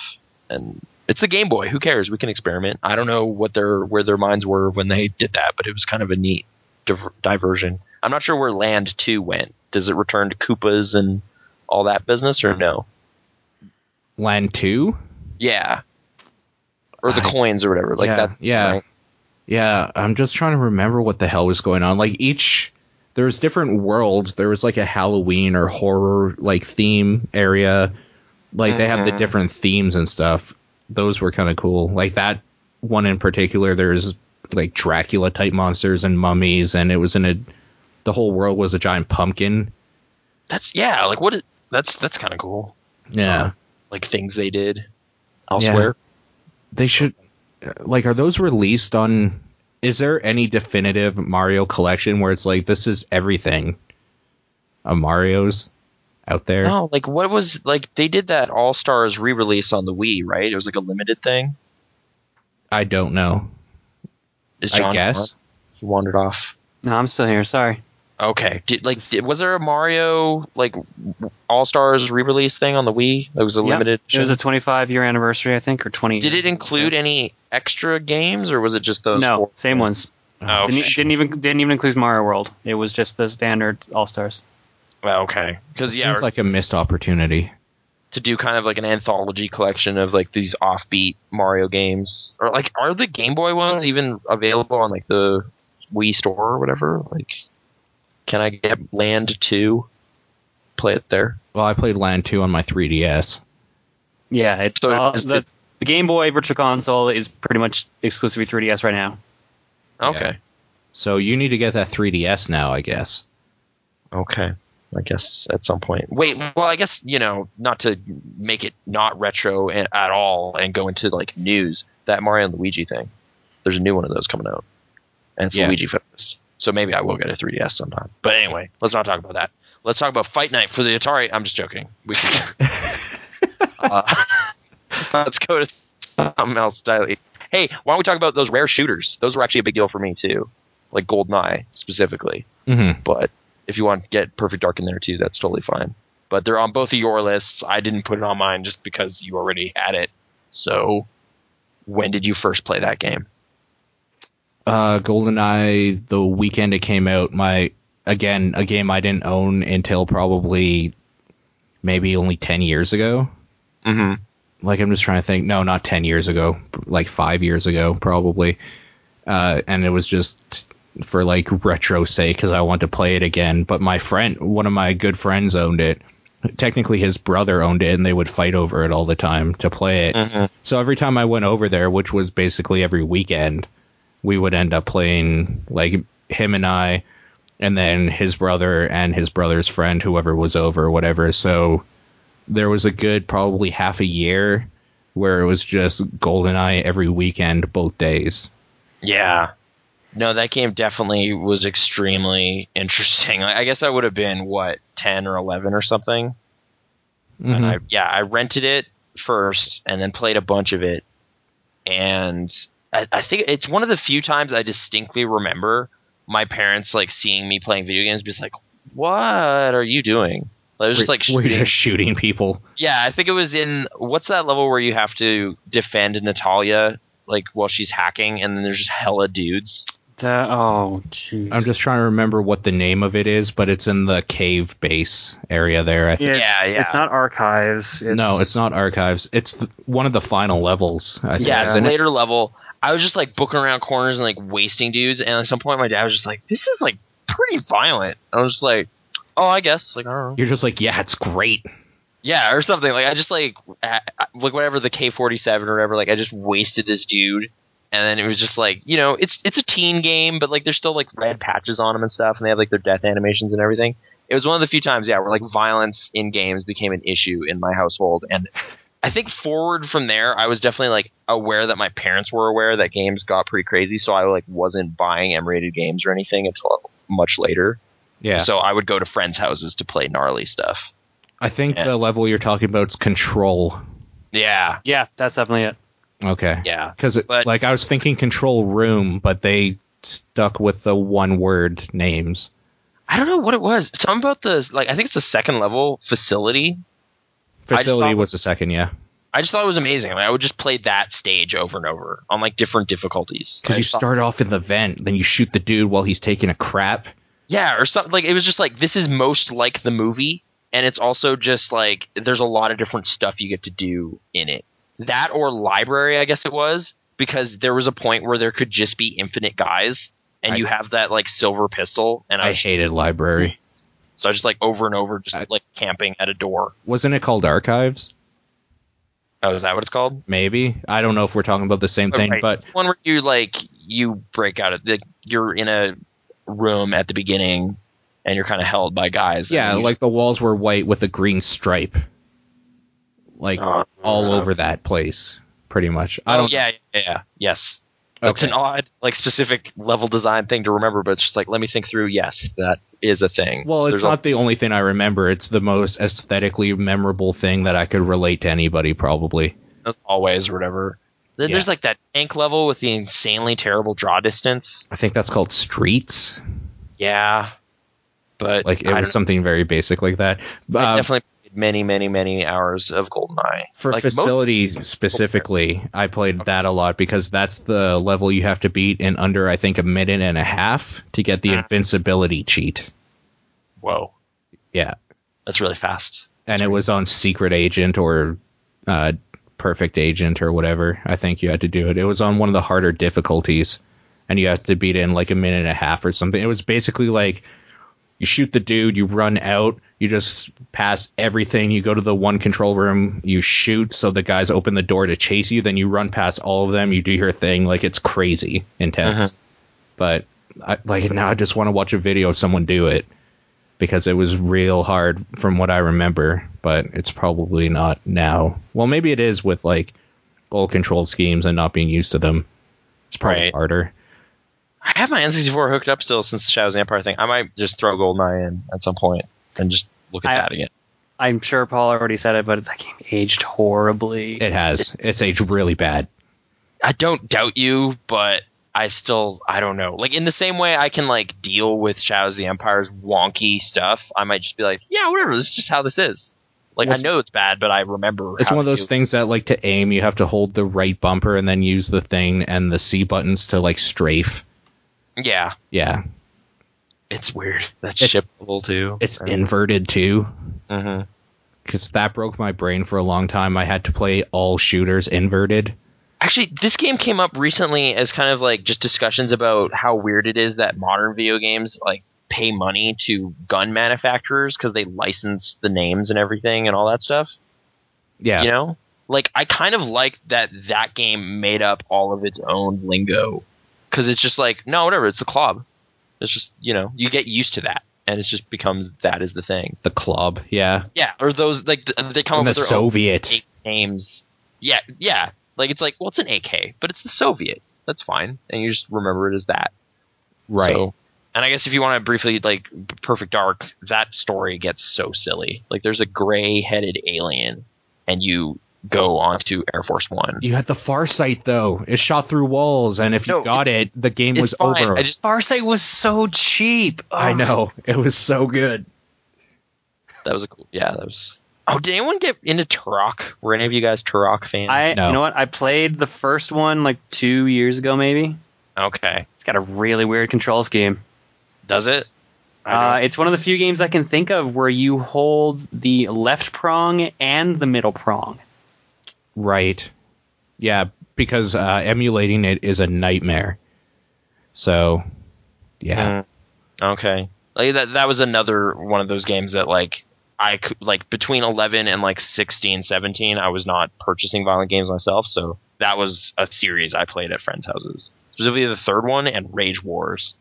[SPEAKER 3] And it's the Game Boy. Who cares? We can experiment. I don't know what their where their minds were when they did that, but it was kind of a neat diver- diversion. I'm not sure where Land Two went. Does it return to Koopas and all that business, or no?
[SPEAKER 1] Land two.
[SPEAKER 3] Yeah, or the
[SPEAKER 1] I-
[SPEAKER 3] coins or whatever. Like
[SPEAKER 1] yeah,
[SPEAKER 3] that.
[SPEAKER 1] yeah.
[SPEAKER 3] right?
[SPEAKER 1] Yeah, I'm just trying to remember what the hell was going on. Like each there was different worlds. There was like a Halloween or horror like theme area. Like they have the different themes and stuff. Those were kind of cool. Like that one in particular there's like Dracula type monsters and mummies and it was in a the whole world was a giant pumpkin.
[SPEAKER 3] That's yeah, like what is that's that's kind of cool.
[SPEAKER 1] Yeah.
[SPEAKER 3] Like things they did elsewhere.
[SPEAKER 1] They should like are those released on is there any definitive Mario collection where it's like this is everything of Mario's out there?
[SPEAKER 3] No, like what was like they did that All Stars re-release on the Wii, right? It was like a limited thing.
[SPEAKER 1] I don't know.
[SPEAKER 3] Is
[SPEAKER 1] I
[SPEAKER 3] John
[SPEAKER 1] guess.
[SPEAKER 3] gone? he wandered off.
[SPEAKER 4] No, I'm still here. Sorry.
[SPEAKER 3] Okay, did like did, was there a Mario like All Stars re-release thing on the Wii? That was a
[SPEAKER 4] Yeah.
[SPEAKER 3] limited.
[SPEAKER 4] It was a
[SPEAKER 3] edition?
[SPEAKER 4] 25 year anniversary, I think, or 20.
[SPEAKER 3] did it include any extra games or was it just those?
[SPEAKER 4] No,
[SPEAKER 3] four?
[SPEAKER 4] same ones.
[SPEAKER 3] Oh,
[SPEAKER 4] Didn't, e,
[SPEAKER 3] shit.
[SPEAKER 4] didn't even didn't even include Mario World. It was just the standard All Stars.
[SPEAKER 3] Well, Oh, okay, because yeah,
[SPEAKER 1] Seems like a missed opportunity.
[SPEAKER 3] to do kind of like an anthology collection of like these offbeat Mario games, or like are the Game Boy ones even available on like the Wii Store or whatever? Like, can I get Land Two? Play it there.
[SPEAKER 1] Well, I played Land 2 on my 3DS.
[SPEAKER 4] Yeah, it's
[SPEAKER 3] So
[SPEAKER 4] all,
[SPEAKER 3] it's-
[SPEAKER 4] the, the Game Boy Virtual Console is pretty much exclusively 3DS right now.
[SPEAKER 3] Okay,
[SPEAKER 1] So you need to get that 3DS now, I guess.
[SPEAKER 3] okay. I guess at some point. Wait, well, I guess you know not to make it not retro a- at all and go into like news. That Mario and Luigi thing. There's a new one of those coming out, and it's
[SPEAKER 1] Yeah.
[SPEAKER 3] Luigi focused. So maybe I will get a 3DS sometime. But anyway, let's not talk about that. Let's talk about Fight Night for the Atari. I'm just joking. We can, uh, let's go to something else. Diley. Hey, why don't we talk about those rare shooters? Those were actually a big deal for me too, like GoldenEye specifically.
[SPEAKER 1] Mhm.
[SPEAKER 3] But if you want to get Perfect Dark in there too, that's totally fine. But they're on both of your lists. I didn't put it on mine just because you already had it. So, when did you first play that game?
[SPEAKER 1] Uh, GoldenEye, the weekend it came out, my, again, a game I didn't own until probably maybe only 10 years ago.
[SPEAKER 3] Mm-hmm.
[SPEAKER 1] like I'm just trying to think. No, not ten years ago, like five years ago, probably. Uh, and it was just for like retro sake because I want to play it again. But my friend, one of my good friends, owned it. Technically, his brother owned it, and they would fight over it all the time to play it. So every time I went over there, which was basically every weekend, we would end up playing like him and I, and then his brother and his brother's friend, whoever was over, whatever. So there was a good probably half a year where it was just GoldenEye every weekend, both days.
[SPEAKER 3] Yeah. No, that game definitely was extremely interesting. I I guess I would have been what ten or eleven or something.
[SPEAKER 1] Mm-hmm.
[SPEAKER 3] And I yeah, I rented it first and then played a bunch of it. And I, I think it's one of the few times I distinctly remember my parents like seeing me playing video games, just like, "What are you doing?" I was just like
[SPEAKER 1] we're
[SPEAKER 3] shooting-
[SPEAKER 1] just shooting people.
[SPEAKER 3] yeah, I think it was in what's that level where you have to defend Natalia like while she's hacking, and then there's just hella dudes.
[SPEAKER 4] The- oh, jeez.
[SPEAKER 1] I'm just trying to remember what the name of it is, but it's in the cave base area there. I think.
[SPEAKER 3] Yeah,
[SPEAKER 4] It's-
[SPEAKER 3] yeah.
[SPEAKER 4] It's not archives. It's,
[SPEAKER 1] No, it's not archives. It's th- one of the final levels. I think,
[SPEAKER 3] Yeah, it's a
[SPEAKER 1] isn't it?
[SPEAKER 3] later level. I was just like booking around corners and like wasting dudes, and at some point my dad was just like, "This is like pretty violent." I was just like, "Oh, I guess." Like I don't know.
[SPEAKER 1] You're just like, yeah, it's great.
[SPEAKER 3] Yeah, or something. Like I just like ha- like whatever the K forty seven or whatever. Like I just wasted this dude, and then it was just like you know it's it's a teen game, but like there's still like red patches on them and stuff, and they have like their death animations and everything. It was one of the few times, yeah, where like violence in games became an issue in my household, and I think forward from there, I was definitely like aware that my parents were aware that games got pretty crazy, so I like wasn't buying M rated games or anything until much later.
[SPEAKER 1] Yeah,
[SPEAKER 3] So I would go to friends' houses to play gnarly stuff.
[SPEAKER 1] I think
[SPEAKER 3] Yeah.
[SPEAKER 1] the level you're talking about is control.
[SPEAKER 3] Yeah,
[SPEAKER 4] Yeah, that's definitely it.
[SPEAKER 1] Okay.
[SPEAKER 3] yeah.
[SPEAKER 1] Because
[SPEAKER 3] But-
[SPEAKER 1] like I was thinking control room, but they stuck with the one word names.
[SPEAKER 3] I don't know what it was. Something about the like I think it's the second level facility. just
[SPEAKER 1] Facility
[SPEAKER 3] thought-
[SPEAKER 1] was the second, yeah.
[SPEAKER 3] I just thought it was amazing. Like, I would just play that stage over and over on like different difficulties.
[SPEAKER 1] Because
[SPEAKER 3] I
[SPEAKER 1] you
[SPEAKER 3] just thought-
[SPEAKER 1] start off in the vent, then you shoot the dude while he's taking a crap.
[SPEAKER 3] yeah, or something like it was just like this is most like the movie, and it's also just like there's a lot of different stuff you get to do in it. That or library, I guess it was because there was a point where there could just be infinite guys, and
[SPEAKER 1] I-
[SPEAKER 3] you have that like silver pistol, and
[SPEAKER 1] I
[SPEAKER 3] I, was,
[SPEAKER 1] hated library.
[SPEAKER 3] so I just like over and over just
[SPEAKER 1] I-
[SPEAKER 3] like camping at a door.
[SPEAKER 1] Wasn't it called archives?
[SPEAKER 3] Oh, is that what it's called?
[SPEAKER 1] Maybe I don't know if we're talking about the same thing,
[SPEAKER 3] Right.
[SPEAKER 1] but
[SPEAKER 3] one where you like you break out of like you're in a room at the beginning and you're kind of held by guys.
[SPEAKER 1] yeah,
[SPEAKER 3] And you-
[SPEAKER 1] like the walls were white with a green stripe, like
[SPEAKER 3] Uh,
[SPEAKER 1] all over that place, pretty much. I
[SPEAKER 3] Oh
[SPEAKER 1] don't.
[SPEAKER 3] yeah, yeah, yeah, yes. It's
[SPEAKER 1] Okay.
[SPEAKER 3] an odd, like specific level design thing to remember, but it's just like let me think through. Yes, that is a thing.
[SPEAKER 1] Well, it's
[SPEAKER 3] There's a-
[SPEAKER 1] not the only thing I remember. It's the most aesthetically memorable thing that I could relate to anybody, probably.
[SPEAKER 3] there's always or whatever. Then
[SPEAKER 1] Yeah.
[SPEAKER 3] There's like that tank level with the insanely terrible draw distance.
[SPEAKER 1] I think that's called Streets.
[SPEAKER 3] Yeah, but
[SPEAKER 1] Like it
[SPEAKER 3] I
[SPEAKER 1] was
[SPEAKER 3] don't
[SPEAKER 1] something very basic like that.
[SPEAKER 3] know. I
[SPEAKER 1] Uh,
[SPEAKER 3] definitely played many, many, many hours of GoldenEye
[SPEAKER 1] for
[SPEAKER 3] Like, most-
[SPEAKER 1] facilities specifically, I played that a lot because that's the level you have to beat in under I think a minute and a half to get the
[SPEAKER 3] Mhm.
[SPEAKER 1] invincibility cheat.
[SPEAKER 3] Whoa,
[SPEAKER 1] Yeah,
[SPEAKER 3] that's really fast.
[SPEAKER 1] and it was on Secret Agent or uh, Perfect Agent or whatever. I think you had to do it. It was on one of the harder difficulties, and you had to beat it in like a minute and a half or something. It was basically like you shoot the dude, you run out, you just pass everything, you go to the one control room, you shoot, so the guys open the door to chase you, then you run past all of them, you do your thing. Like it's crazy intense, but. I, like now, I just want to watch a video of someone do it because it was real hard from what I remember, but it's probably not now. Well, maybe it is with like goal control schemes and not being used to them. It's probably
[SPEAKER 3] Right.
[SPEAKER 1] harder.
[SPEAKER 3] I have my N64 hooked up still since the Shadows of the Empire thing. I might just throw GoldenEye in at some point and just look at
[SPEAKER 4] I-
[SPEAKER 3] that again.
[SPEAKER 4] I'm sure Paul already said it, but that game aged horribly.
[SPEAKER 1] It has. It's aged really bad.
[SPEAKER 3] I don't doubt you, but I still I don't know. Like in the same way I can like deal with Shadows of the Empire's wonky stuff, I might just be like, yeah, whatever. This is just how this is. Like I know it's bad, but I remember.
[SPEAKER 1] It's
[SPEAKER 3] how
[SPEAKER 1] one of
[SPEAKER 3] to
[SPEAKER 1] those
[SPEAKER 3] do it.
[SPEAKER 1] things that like to aim, you have to hold the right bumper and then use the thing and the C buttons to like strafe.
[SPEAKER 3] Yeah,
[SPEAKER 1] Yeah.
[SPEAKER 3] it's weird. That
[SPEAKER 1] It's-
[SPEAKER 3] ship level too.
[SPEAKER 1] It's inverted too.
[SPEAKER 3] hmm
[SPEAKER 1] because that broke my brain for a long time. I had to play all shooters inverted.
[SPEAKER 3] Actually, this game came up recently as kind of like just discussions about how weird it is that modern video games like pay money to gun manufacturers because they license the names and everything and all that stuff.
[SPEAKER 1] Yeah,
[SPEAKER 3] You know, like I kind of liked that that game made up all of its own lingo because it's just like no, whatever. It's the club. It's just you know you get used to that, and it just becomes that is the thing.
[SPEAKER 1] the club. Yeah,
[SPEAKER 3] Yeah, or those like th- they come
[SPEAKER 1] and
[SPEAKER 3] up
[SPEAKER 1] the
[SPEAKER 3] with their own
[SPEAKER 1] Soviet.
[SPEAKER 3] fake names. Yeah, yeah. Like it's like well, it's an AK, but it's the Soviet. That's fine, and you just remember it as that.
[SPEAKER 1] Right.
[SPEAKER 3] So- and I guess if you want to briefly like Perfect Dark, that story gets so silly. Like there's a gray-headed alien, and you go onto Air Force One.
[SPEAKER 1] You had the far sight though. It shot through walls, and if you
[SPEAKER 3] No,
[SPEAKER 1] got it, the game
[SPEAKER 3] It's
[SPEAKER 1] was
[SPEAKER 3] fine.
[SPEAKER 1] over.
[SPEAKER 3] I just Ah.
[SPEAKER 4] Farsight was so cheap. Oh
[SPEAKER 1] I
[SPEAKER 4] my
[SPEAKER 1] know it was so good.
[SPEAKER 3] that was a cool. Yeah, that was. Oh, did anyone get into Turok? Were any of you guys Turok fans?
[SPEAKER 4] I
[SPEAKER 1] No.
[SPEAKER 4] you know what? I played the first one like two years ago, maybe.
[SPEAKER 3] okay.
[SPEAKER 4] It's got a really weird control scheme.
[SPEAKER 3] Does it?
[SPEAKER 4] Uh, it's one of the few games I can think of where you hold the left prong and the middle prong.
[SPEAKER 1] Right. Yeah, because uh, emulating it is a nightmare. So, yeah.
[SPEAKER 4] Hmm.
[SPEAKER 3] Mm. Okay. Like that that was another one of those games that like I could, like between 11 and like 16, 17, I was not purchasing violent games myself, so that was a series I played at friends' houses. Specifically the third one and Rage Wars.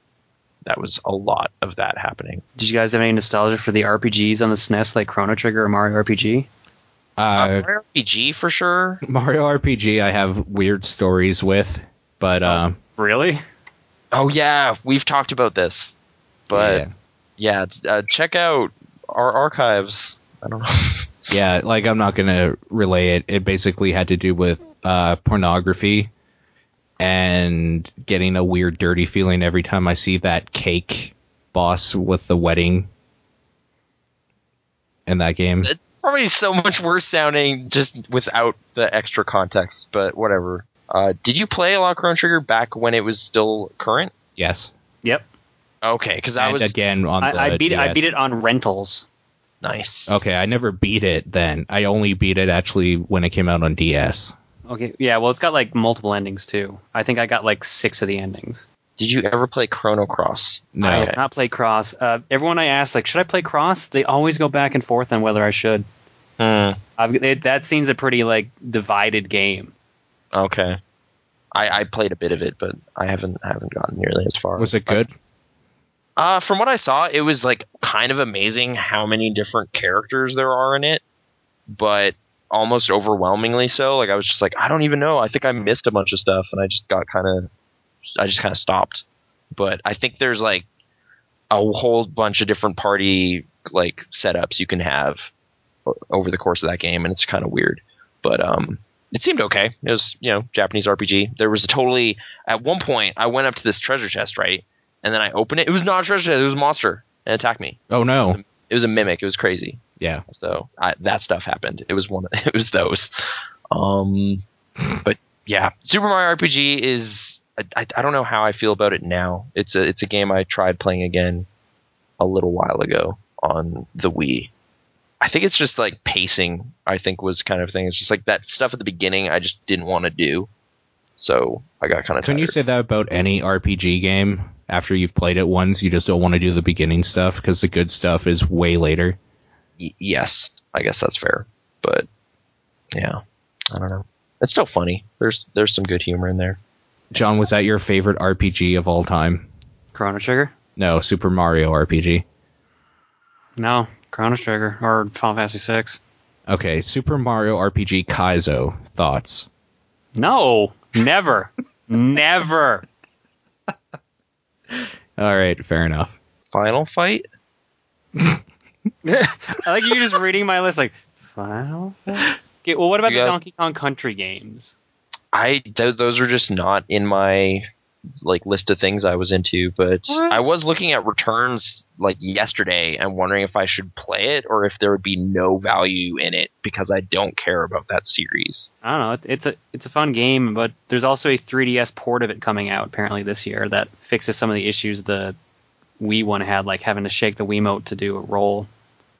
[SPEAKER 3] That was a lot of that happening.
[SPEAKER 4] Did you guys have any nostalgia for the RPGs on the SNES, like Chrono Trigger or Mario RPG?
[SPEAKER 1] Uh,
[SPEAKER 3] RPG for sure.
[SPEAKER 1] Mario RPG, I have weird stories with, but uh,
[SPEAKER 4] Really?
[SPEAKER 3] Oh yeah, we've talked about this. But
[SPEAKER 1] yeah.
[SPEAKER 3] yeah, t- uh, check out our archives. I don't know.
[SPEAKER 1] Yeah, like I'm not gonna relay it. It basically had to do with uh, pornography and getting a weird, dirty feeling every time I see that cake boss with the wedding in that game.
[SPEAKER 3] it's probably so much worse sounding just without the extra context, but whatever. Uh, did you play a lot of Chrono Trigger back when it was still current?
[SPEAKER 1] Yes,
[SPEAKER 4] Yep.
[SPEAKER 3] Okay, because that
[SPEAKER 1] and
[SPEAKER 3] was
[SPEAKER 1] again on the
[SPEAKER 4] I, I beat it. I
[SPEAKER 1] DS.
[SPEAKER 4] beat it on rentals.
[SPEAKER 3] nice.
[SPEAKER 1] Okay, I never beat it then. I only beat it actually when it came out on DS.
[SPEAKER 4] Okay. Yeah. Well, it's got like multiple endings too. I think I got like six of the endings.
[SPEAKER 3] Did you ever play Chrono Cross?
[SPEAKER 1] No.
[SPEAKER 4] I
[SPEAKER 3] Okay.
[SPEAKER 4] have not played Cross. Uh, everyone I ask, like, should I play Cross? They always go back and forth on whether I should.
[SPEAKER 3] Hmm,
[SPEAKER 4] I've, it, that seems a pretty like divided game.
[SPEAKER 3] okay. I, I played a bit of it, but I haven't haven't gotten nearly as far.
[SPEAKER 1] Was it good?
[SPEAKER 3] Uh, from what I saw, it was like kind of amazing how many different characters there are in it, but almost overwhelmingly so. Like I was just like, I don't even know. I think I missed a bunch of stuff, and I just got kind of, I just kind of stopped. But I think there's like a whole bunch of different party like setups you can have o- over the course of that game, and it's kind of weird. But um, it seemed okay. It was you know Japanese RPG. There was a totally at one point I went up to this treasure chest right and then I open it. It was not a treasure chest. It was a monster and attacked me.
[SPEAKER 1] Oh no.
[SPEAKER 3] It was a mimic. It was crazy.
[SPEAKER 1] Yeah.
[SPEAKER 3] So I, that stuff happened. It was one. It was those. Um, but yeah, Super Mario RPG is. I, I, I don't know how I feel about it now. It's a it's a game I tried playing again a little while ago on the Wii. I think it's just like pacing. I think was kind of thing. It's just like that stuff at the beginning. I just didn't want to do. So I got kind of.
[SPEAKER 1] Can you say that about any RPG game? After you've played it once, you just don't want to do the beginning stuff because the good stuff is way later.
[SPEAKER 3] y- yes, I guess that's fair. But yeah, I don't know. It's still funny. There's there's some good humor in there.
[SPEAKER 1] John, was that your favorite RPG of all time?
[SPEAKER 4] Chrono Trigger?
[SPEAKER 1] No, Super Mario RPG.
[SPEAKER 4] No, Chrono Trigger or Final Fantasy Six.
[SPEAKER 1] Okay, Super Mario RPG Kaizo. Thoughts?
[SPEAKER 4] No, never, never.
[SPEAKER 1] All right, fair enough.
[SPEAKER 3] Final fight?
[SPEAKER 4] I like you just reading my list. Like Final. Fa- Okay, well, what about
[SPEAKER 3] You
[SPEAKER 4] the
[SPEAKER 3] guys-
[SPEAKER 4] Donkey Kong Country games?
[SPEAKER 3] I th- those were just not in my like list of things I was into. But
[SPEAKER 4] What?
[SPEAKER 3] I was looking at returns like yesterday and wondering if I should play it or if there would be no value in it because I don't care about that series.
[SPEAKER 4] I don't know. It, it's a it's a fun game, but there's also a 3DS port of it coming out apparently this year that fixes some of the issues the Wii one had, like having to shake the Wiimote to do a roll.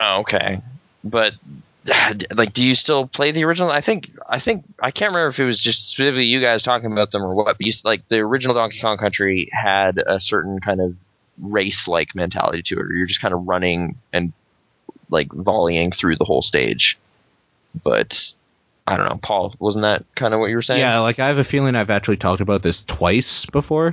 [SPEAKER 3] Oh, okay. But like, do you still play the original? I think I think I can't remember if it was just specifically you guys talking about them or what. But you, like the original Donkey Kong Country had a certain kind of race like mentality to it. Where you're just kind of running and like volleying through the whole stage. But I don't know, Paul, wasn't that kind of what you were saying?
[SPEAKER 1] Yeah, like I have a feeling I've actually talked about this twice before.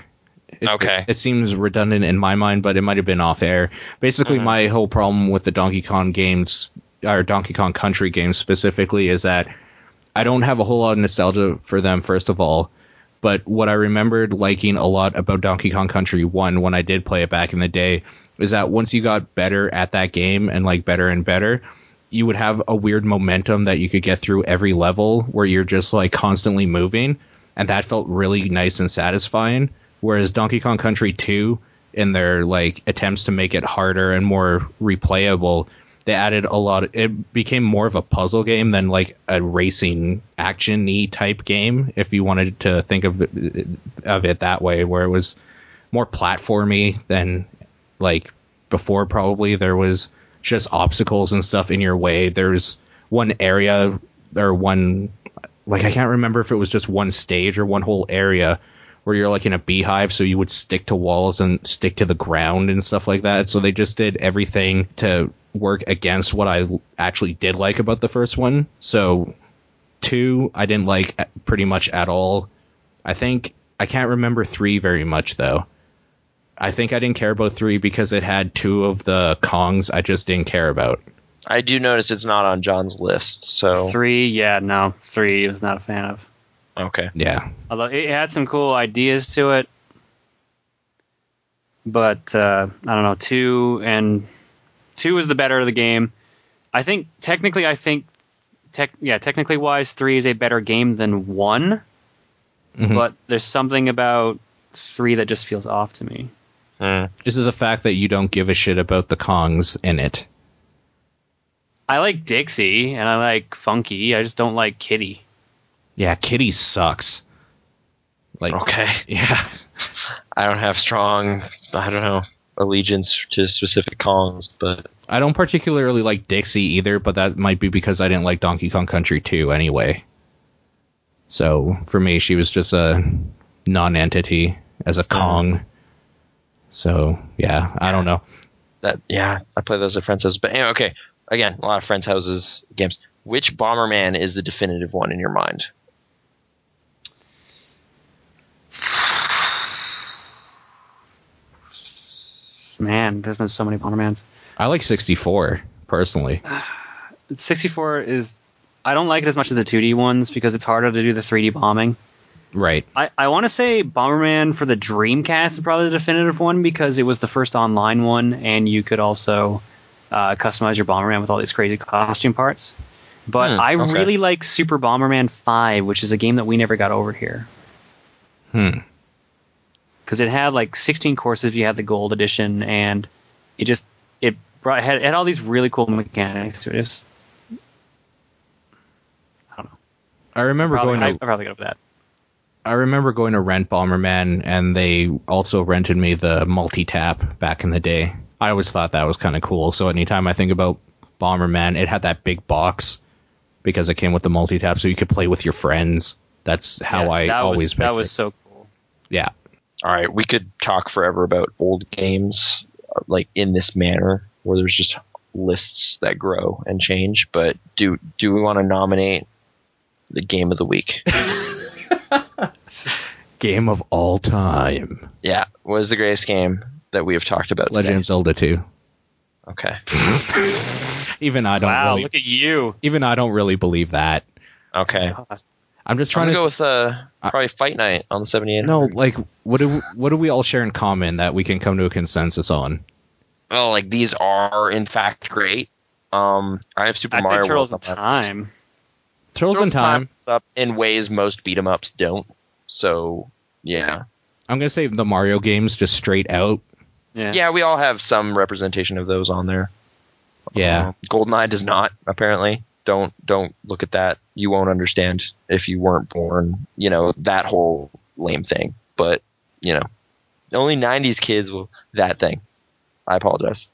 [SPEAKER 1] It,
[SPEAKER 3] Okay.
[SPEAKER 1] It, seems redundant in my mind, but it might have been off air. Basically, my whole problem with the Donkey Kong games, or Donkey Kong Country games specifically, is that I don't have a whole lot of nostalgia for them, first of all. But what I remembered liking a lot about Donkey Kong Country 1 when I did play it back in the day is that once you got better at that game and like better and better, you would have a weird momentum that you could get through every level where you're just like constantly moving. And that felt really nice and satisfying. Whereas Donkey Kong Country 2, in their like attempts to make it harder and more replayable, they added a lot. it became more of a puzzle game than like a racing action-y type game, if you wanted to think of it, of it that way, where it was more platformy than like before probably there was just obstacles and stuff in your way there's one area or one like i can't remember if it was just one stage or one whole area where you're like in a beehive so you would stick to walls and stick to the ground and stuff like that so they just did everything to work against what i actually did like about the first one so two i didn't like pretty much at all i think i can't remember three very much though I think I didn't care about three because it had two of the Kongs I just didn't care about.
[SPEAKER 3] I do notice it's not on John's list. So
[SPEAKER 4] Three, yeah, no, three was not a fan of.
[SPEAKER 3] okay,
[SPEAKER 1] Yeah.
[SPEAKER 4] Although it had some cool ideas to it, but uh, I don't know. Two and two is the better of the game. I think technically, I think tech, yeah, technically wise, three is a better game than one.
[SPEAKER 1] Mhm.
[SPEAKER 4] But there's something about three that just feels off to me.
[SPEAKER 3] Hmm.
[SPEAKER 1] Is it the fact that you don't give a shit about the Kongs in it?
[SPEAKER 4] I like Dixie and I like Funky. I just don't like Kitty.
[SPEAKER 1] Yeah, Kitty sucks. Like,
[SPEAKER 3] okay.
[SPEAKER 1] yeah.
[SPEAKER 3] I don't have strong, I don't know, allegiance to specific Kongs, but
[SPEAKER 1] I don't particularly like Dixie either, but that might be because I didn't like Donkey Kong Country 2 anyway. So for me, she was just a non entity as a Kong. So, yeah, I don't know.
[SPEAKER 3] that yeah, I play those at friends' houses. But anyway, okay, again, a lot of friends' houses games. Which Bomberman is the definitive one in your mind?
[SPEAKER 4] Man, there's been so many Bombermans.
[SPEAKER 1] I like 64, personally.
[SPEAKER 4] 64 is. I don't like it as much as the 2D ones because it's harder to do the 3D bombing.
[SPEAKER 1] Right.
[SPEAKER 4] I, I want to say Bomberman for the Dreamcast is probably the definitive one because it was the first online one, and you could also uh, customize your Bomberman with all these crazy costume parts. But
[SPEAKER 3] Hmm,
[SPEAKER 4] I
[SPEAKER 3] okay.
[SPEAKER 4] really like Super Bomberman 5, which is a game that we never got over here.
[SPEAKER 1] Hmm.
[SPEAKER 4] Because it had like 16 courses if you had the gold edition, and it just it brought it had, it had all these really cool mechanics to it. It's
[SPEAKER 1] I remember
[SPEAKER 4] probably,
[SPEAKER 1] going
[SPEAKER 4] I,
[SPEAKER 1] to
[SPEAKER 4] I probably got over that.
[SPEAKER 1] I remember going to rent Bomberman, and they also rented me the multi tap back in the day. I always thought that was kind of cool. So anytime I think about Bomberman, it had that big box because it came with the multi tap, so you could play with your friends. That's how
[SPEAKER 4] Yeah,
[SPEAKER 1] I
[SPEAKER 4] that
[SPEAKER 1] always
[SPEAKER 4] was, that
[SPEAKER 1] pictured
[SPEAKER 4] was
[SPEAKER 1] it.
[SPEAKER 4] so cool.
[SPEAKER 1] yeah.
[SPEAKER 3] All right, we could talk forever about old games uh, like in this manner, where there's just lists that grow and change. But do do we want to nominate the game of the week?
[SPEAKER 1] Game of all time,
[SPEAKER 3] yeah, what is the greatest game that we have talked about?
[SPEAKER 1] Legend of
[SPEAKER 3] today?
[SPEAKER 1] Zelda two.
[SPEAKER 3] Okay.
[SPEAKER 1] Even I don't
[SPEAKER 4] Wow,
[SPEAKER 1] really,
[SPEAKER 4] look at you!
[SPEAKER 1] even I don't really believe that.
[SPEAKER 3] Okay.
[SPEAKER 1] I'm just
[SPEAKER 3] I'm
[SPEAKER 1] trying
[SPEAKER 3] gonna
[SPEAKER 1] to
[SPEAKER 3] go with uh, probably Fight Night on the 78.
[SPEAKER 1] no, like what do what do we all share in common that we can come to a consensus on?
[SPEAKER 3] well, like these are in fact great. Um, I have Super
[SPEAKER 4] I'd say
[SPEAKER 3] Mario
[SPEAKER 4] Turtles in
[SPEAKER 3] World up-
[SPEAKER 4] Time.
[SPEAKER 1] Turtles, in time.
[SPEAKER 3] up in ways most beat 'em ups don't. So yeah,
[SPEAKER 1] I'm gonna say the Mario games just straight out.
[SPEAKER 4] Yeah.
[SPEAKER 3] yeah, we all have some representation of those on there.
[SPEAKER 1] Yeah,
[SPEAKER 3] Um, Goldeneye does not apparently. Don't don't look at that. You won't understand if you weren't born. You know that whole lame thing. But you know, only '90s kids will that thing. I apologize.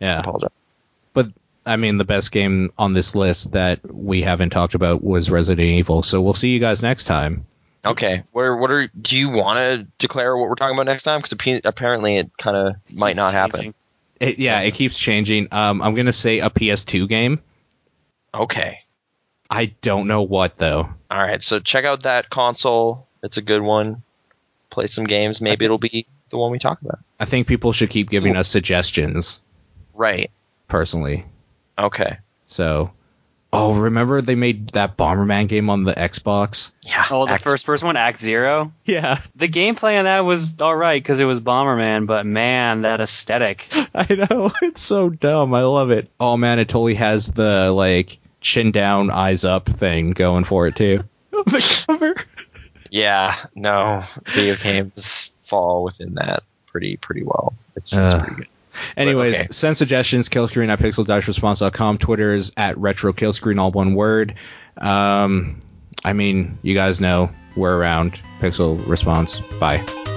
[SPEAKER 3] I
[SPEAKER 1] yeah.
[SPEAKER 3] apologize.
[SPEAKER 1] But I mean, the best game on this list that we haven't talked about was Resident Evil. So we'll see you guys next time.
[SPEAKER 3] Okay. Where? What are? Do you want to declare what we're talking about next time? Because apparently it kind of might not happen.
[SPEAKER 1] It, yeah, it keeps changing. Um, I'm gonna say a PS2 game.
[SPEAKER 3] Okay.
[SPEAKER 1] I don't know what though.
[SPEAKER 3] All right. So check out that console. It's a good one. Play some games. Maybe it'll be the one we talk about.
[SPEAKER 1] I think people should keep giving us suggestions.
[SPEAKER 3] Right.
[SPEAKER 1] Personally,
[SPEAKER 3] Okay.
[SPEAKER 1] so. Oh, remember they made that Bomberman game on the Xbox?
[SPEAKER 3] Yeah.
[SPEAKER 4] Oh, the
[SPEAKER 3] Act-
[SPEAKER 4] first person one, Act Zero.
[SPEAKER 1] Yeah,
[SPEAKER 4] The gameplay on that was all right because it was Bomberman, but man, that aesthetic.
[SPEAKER 1] I know. It's so dumb. I love it. Oh man, it totally has the like chin down, eyes up thing going for it too. the cover.
[SPEAKER 3] Yeah. No. Video games fall within that pretty pretty well. It's, it's
[SPEAKER 1] Uh,
[SPEAKER 3] pretty good.
[SPEAKER 1] Anyways,
[SPEAKER 3] okay.
[SPEAKER 1] send suggestions, killscreen at pixel-response.com. Twitter is at retro killscreen, all one word. Um, I mean, you guys know we're around. Pixel Response. Bye.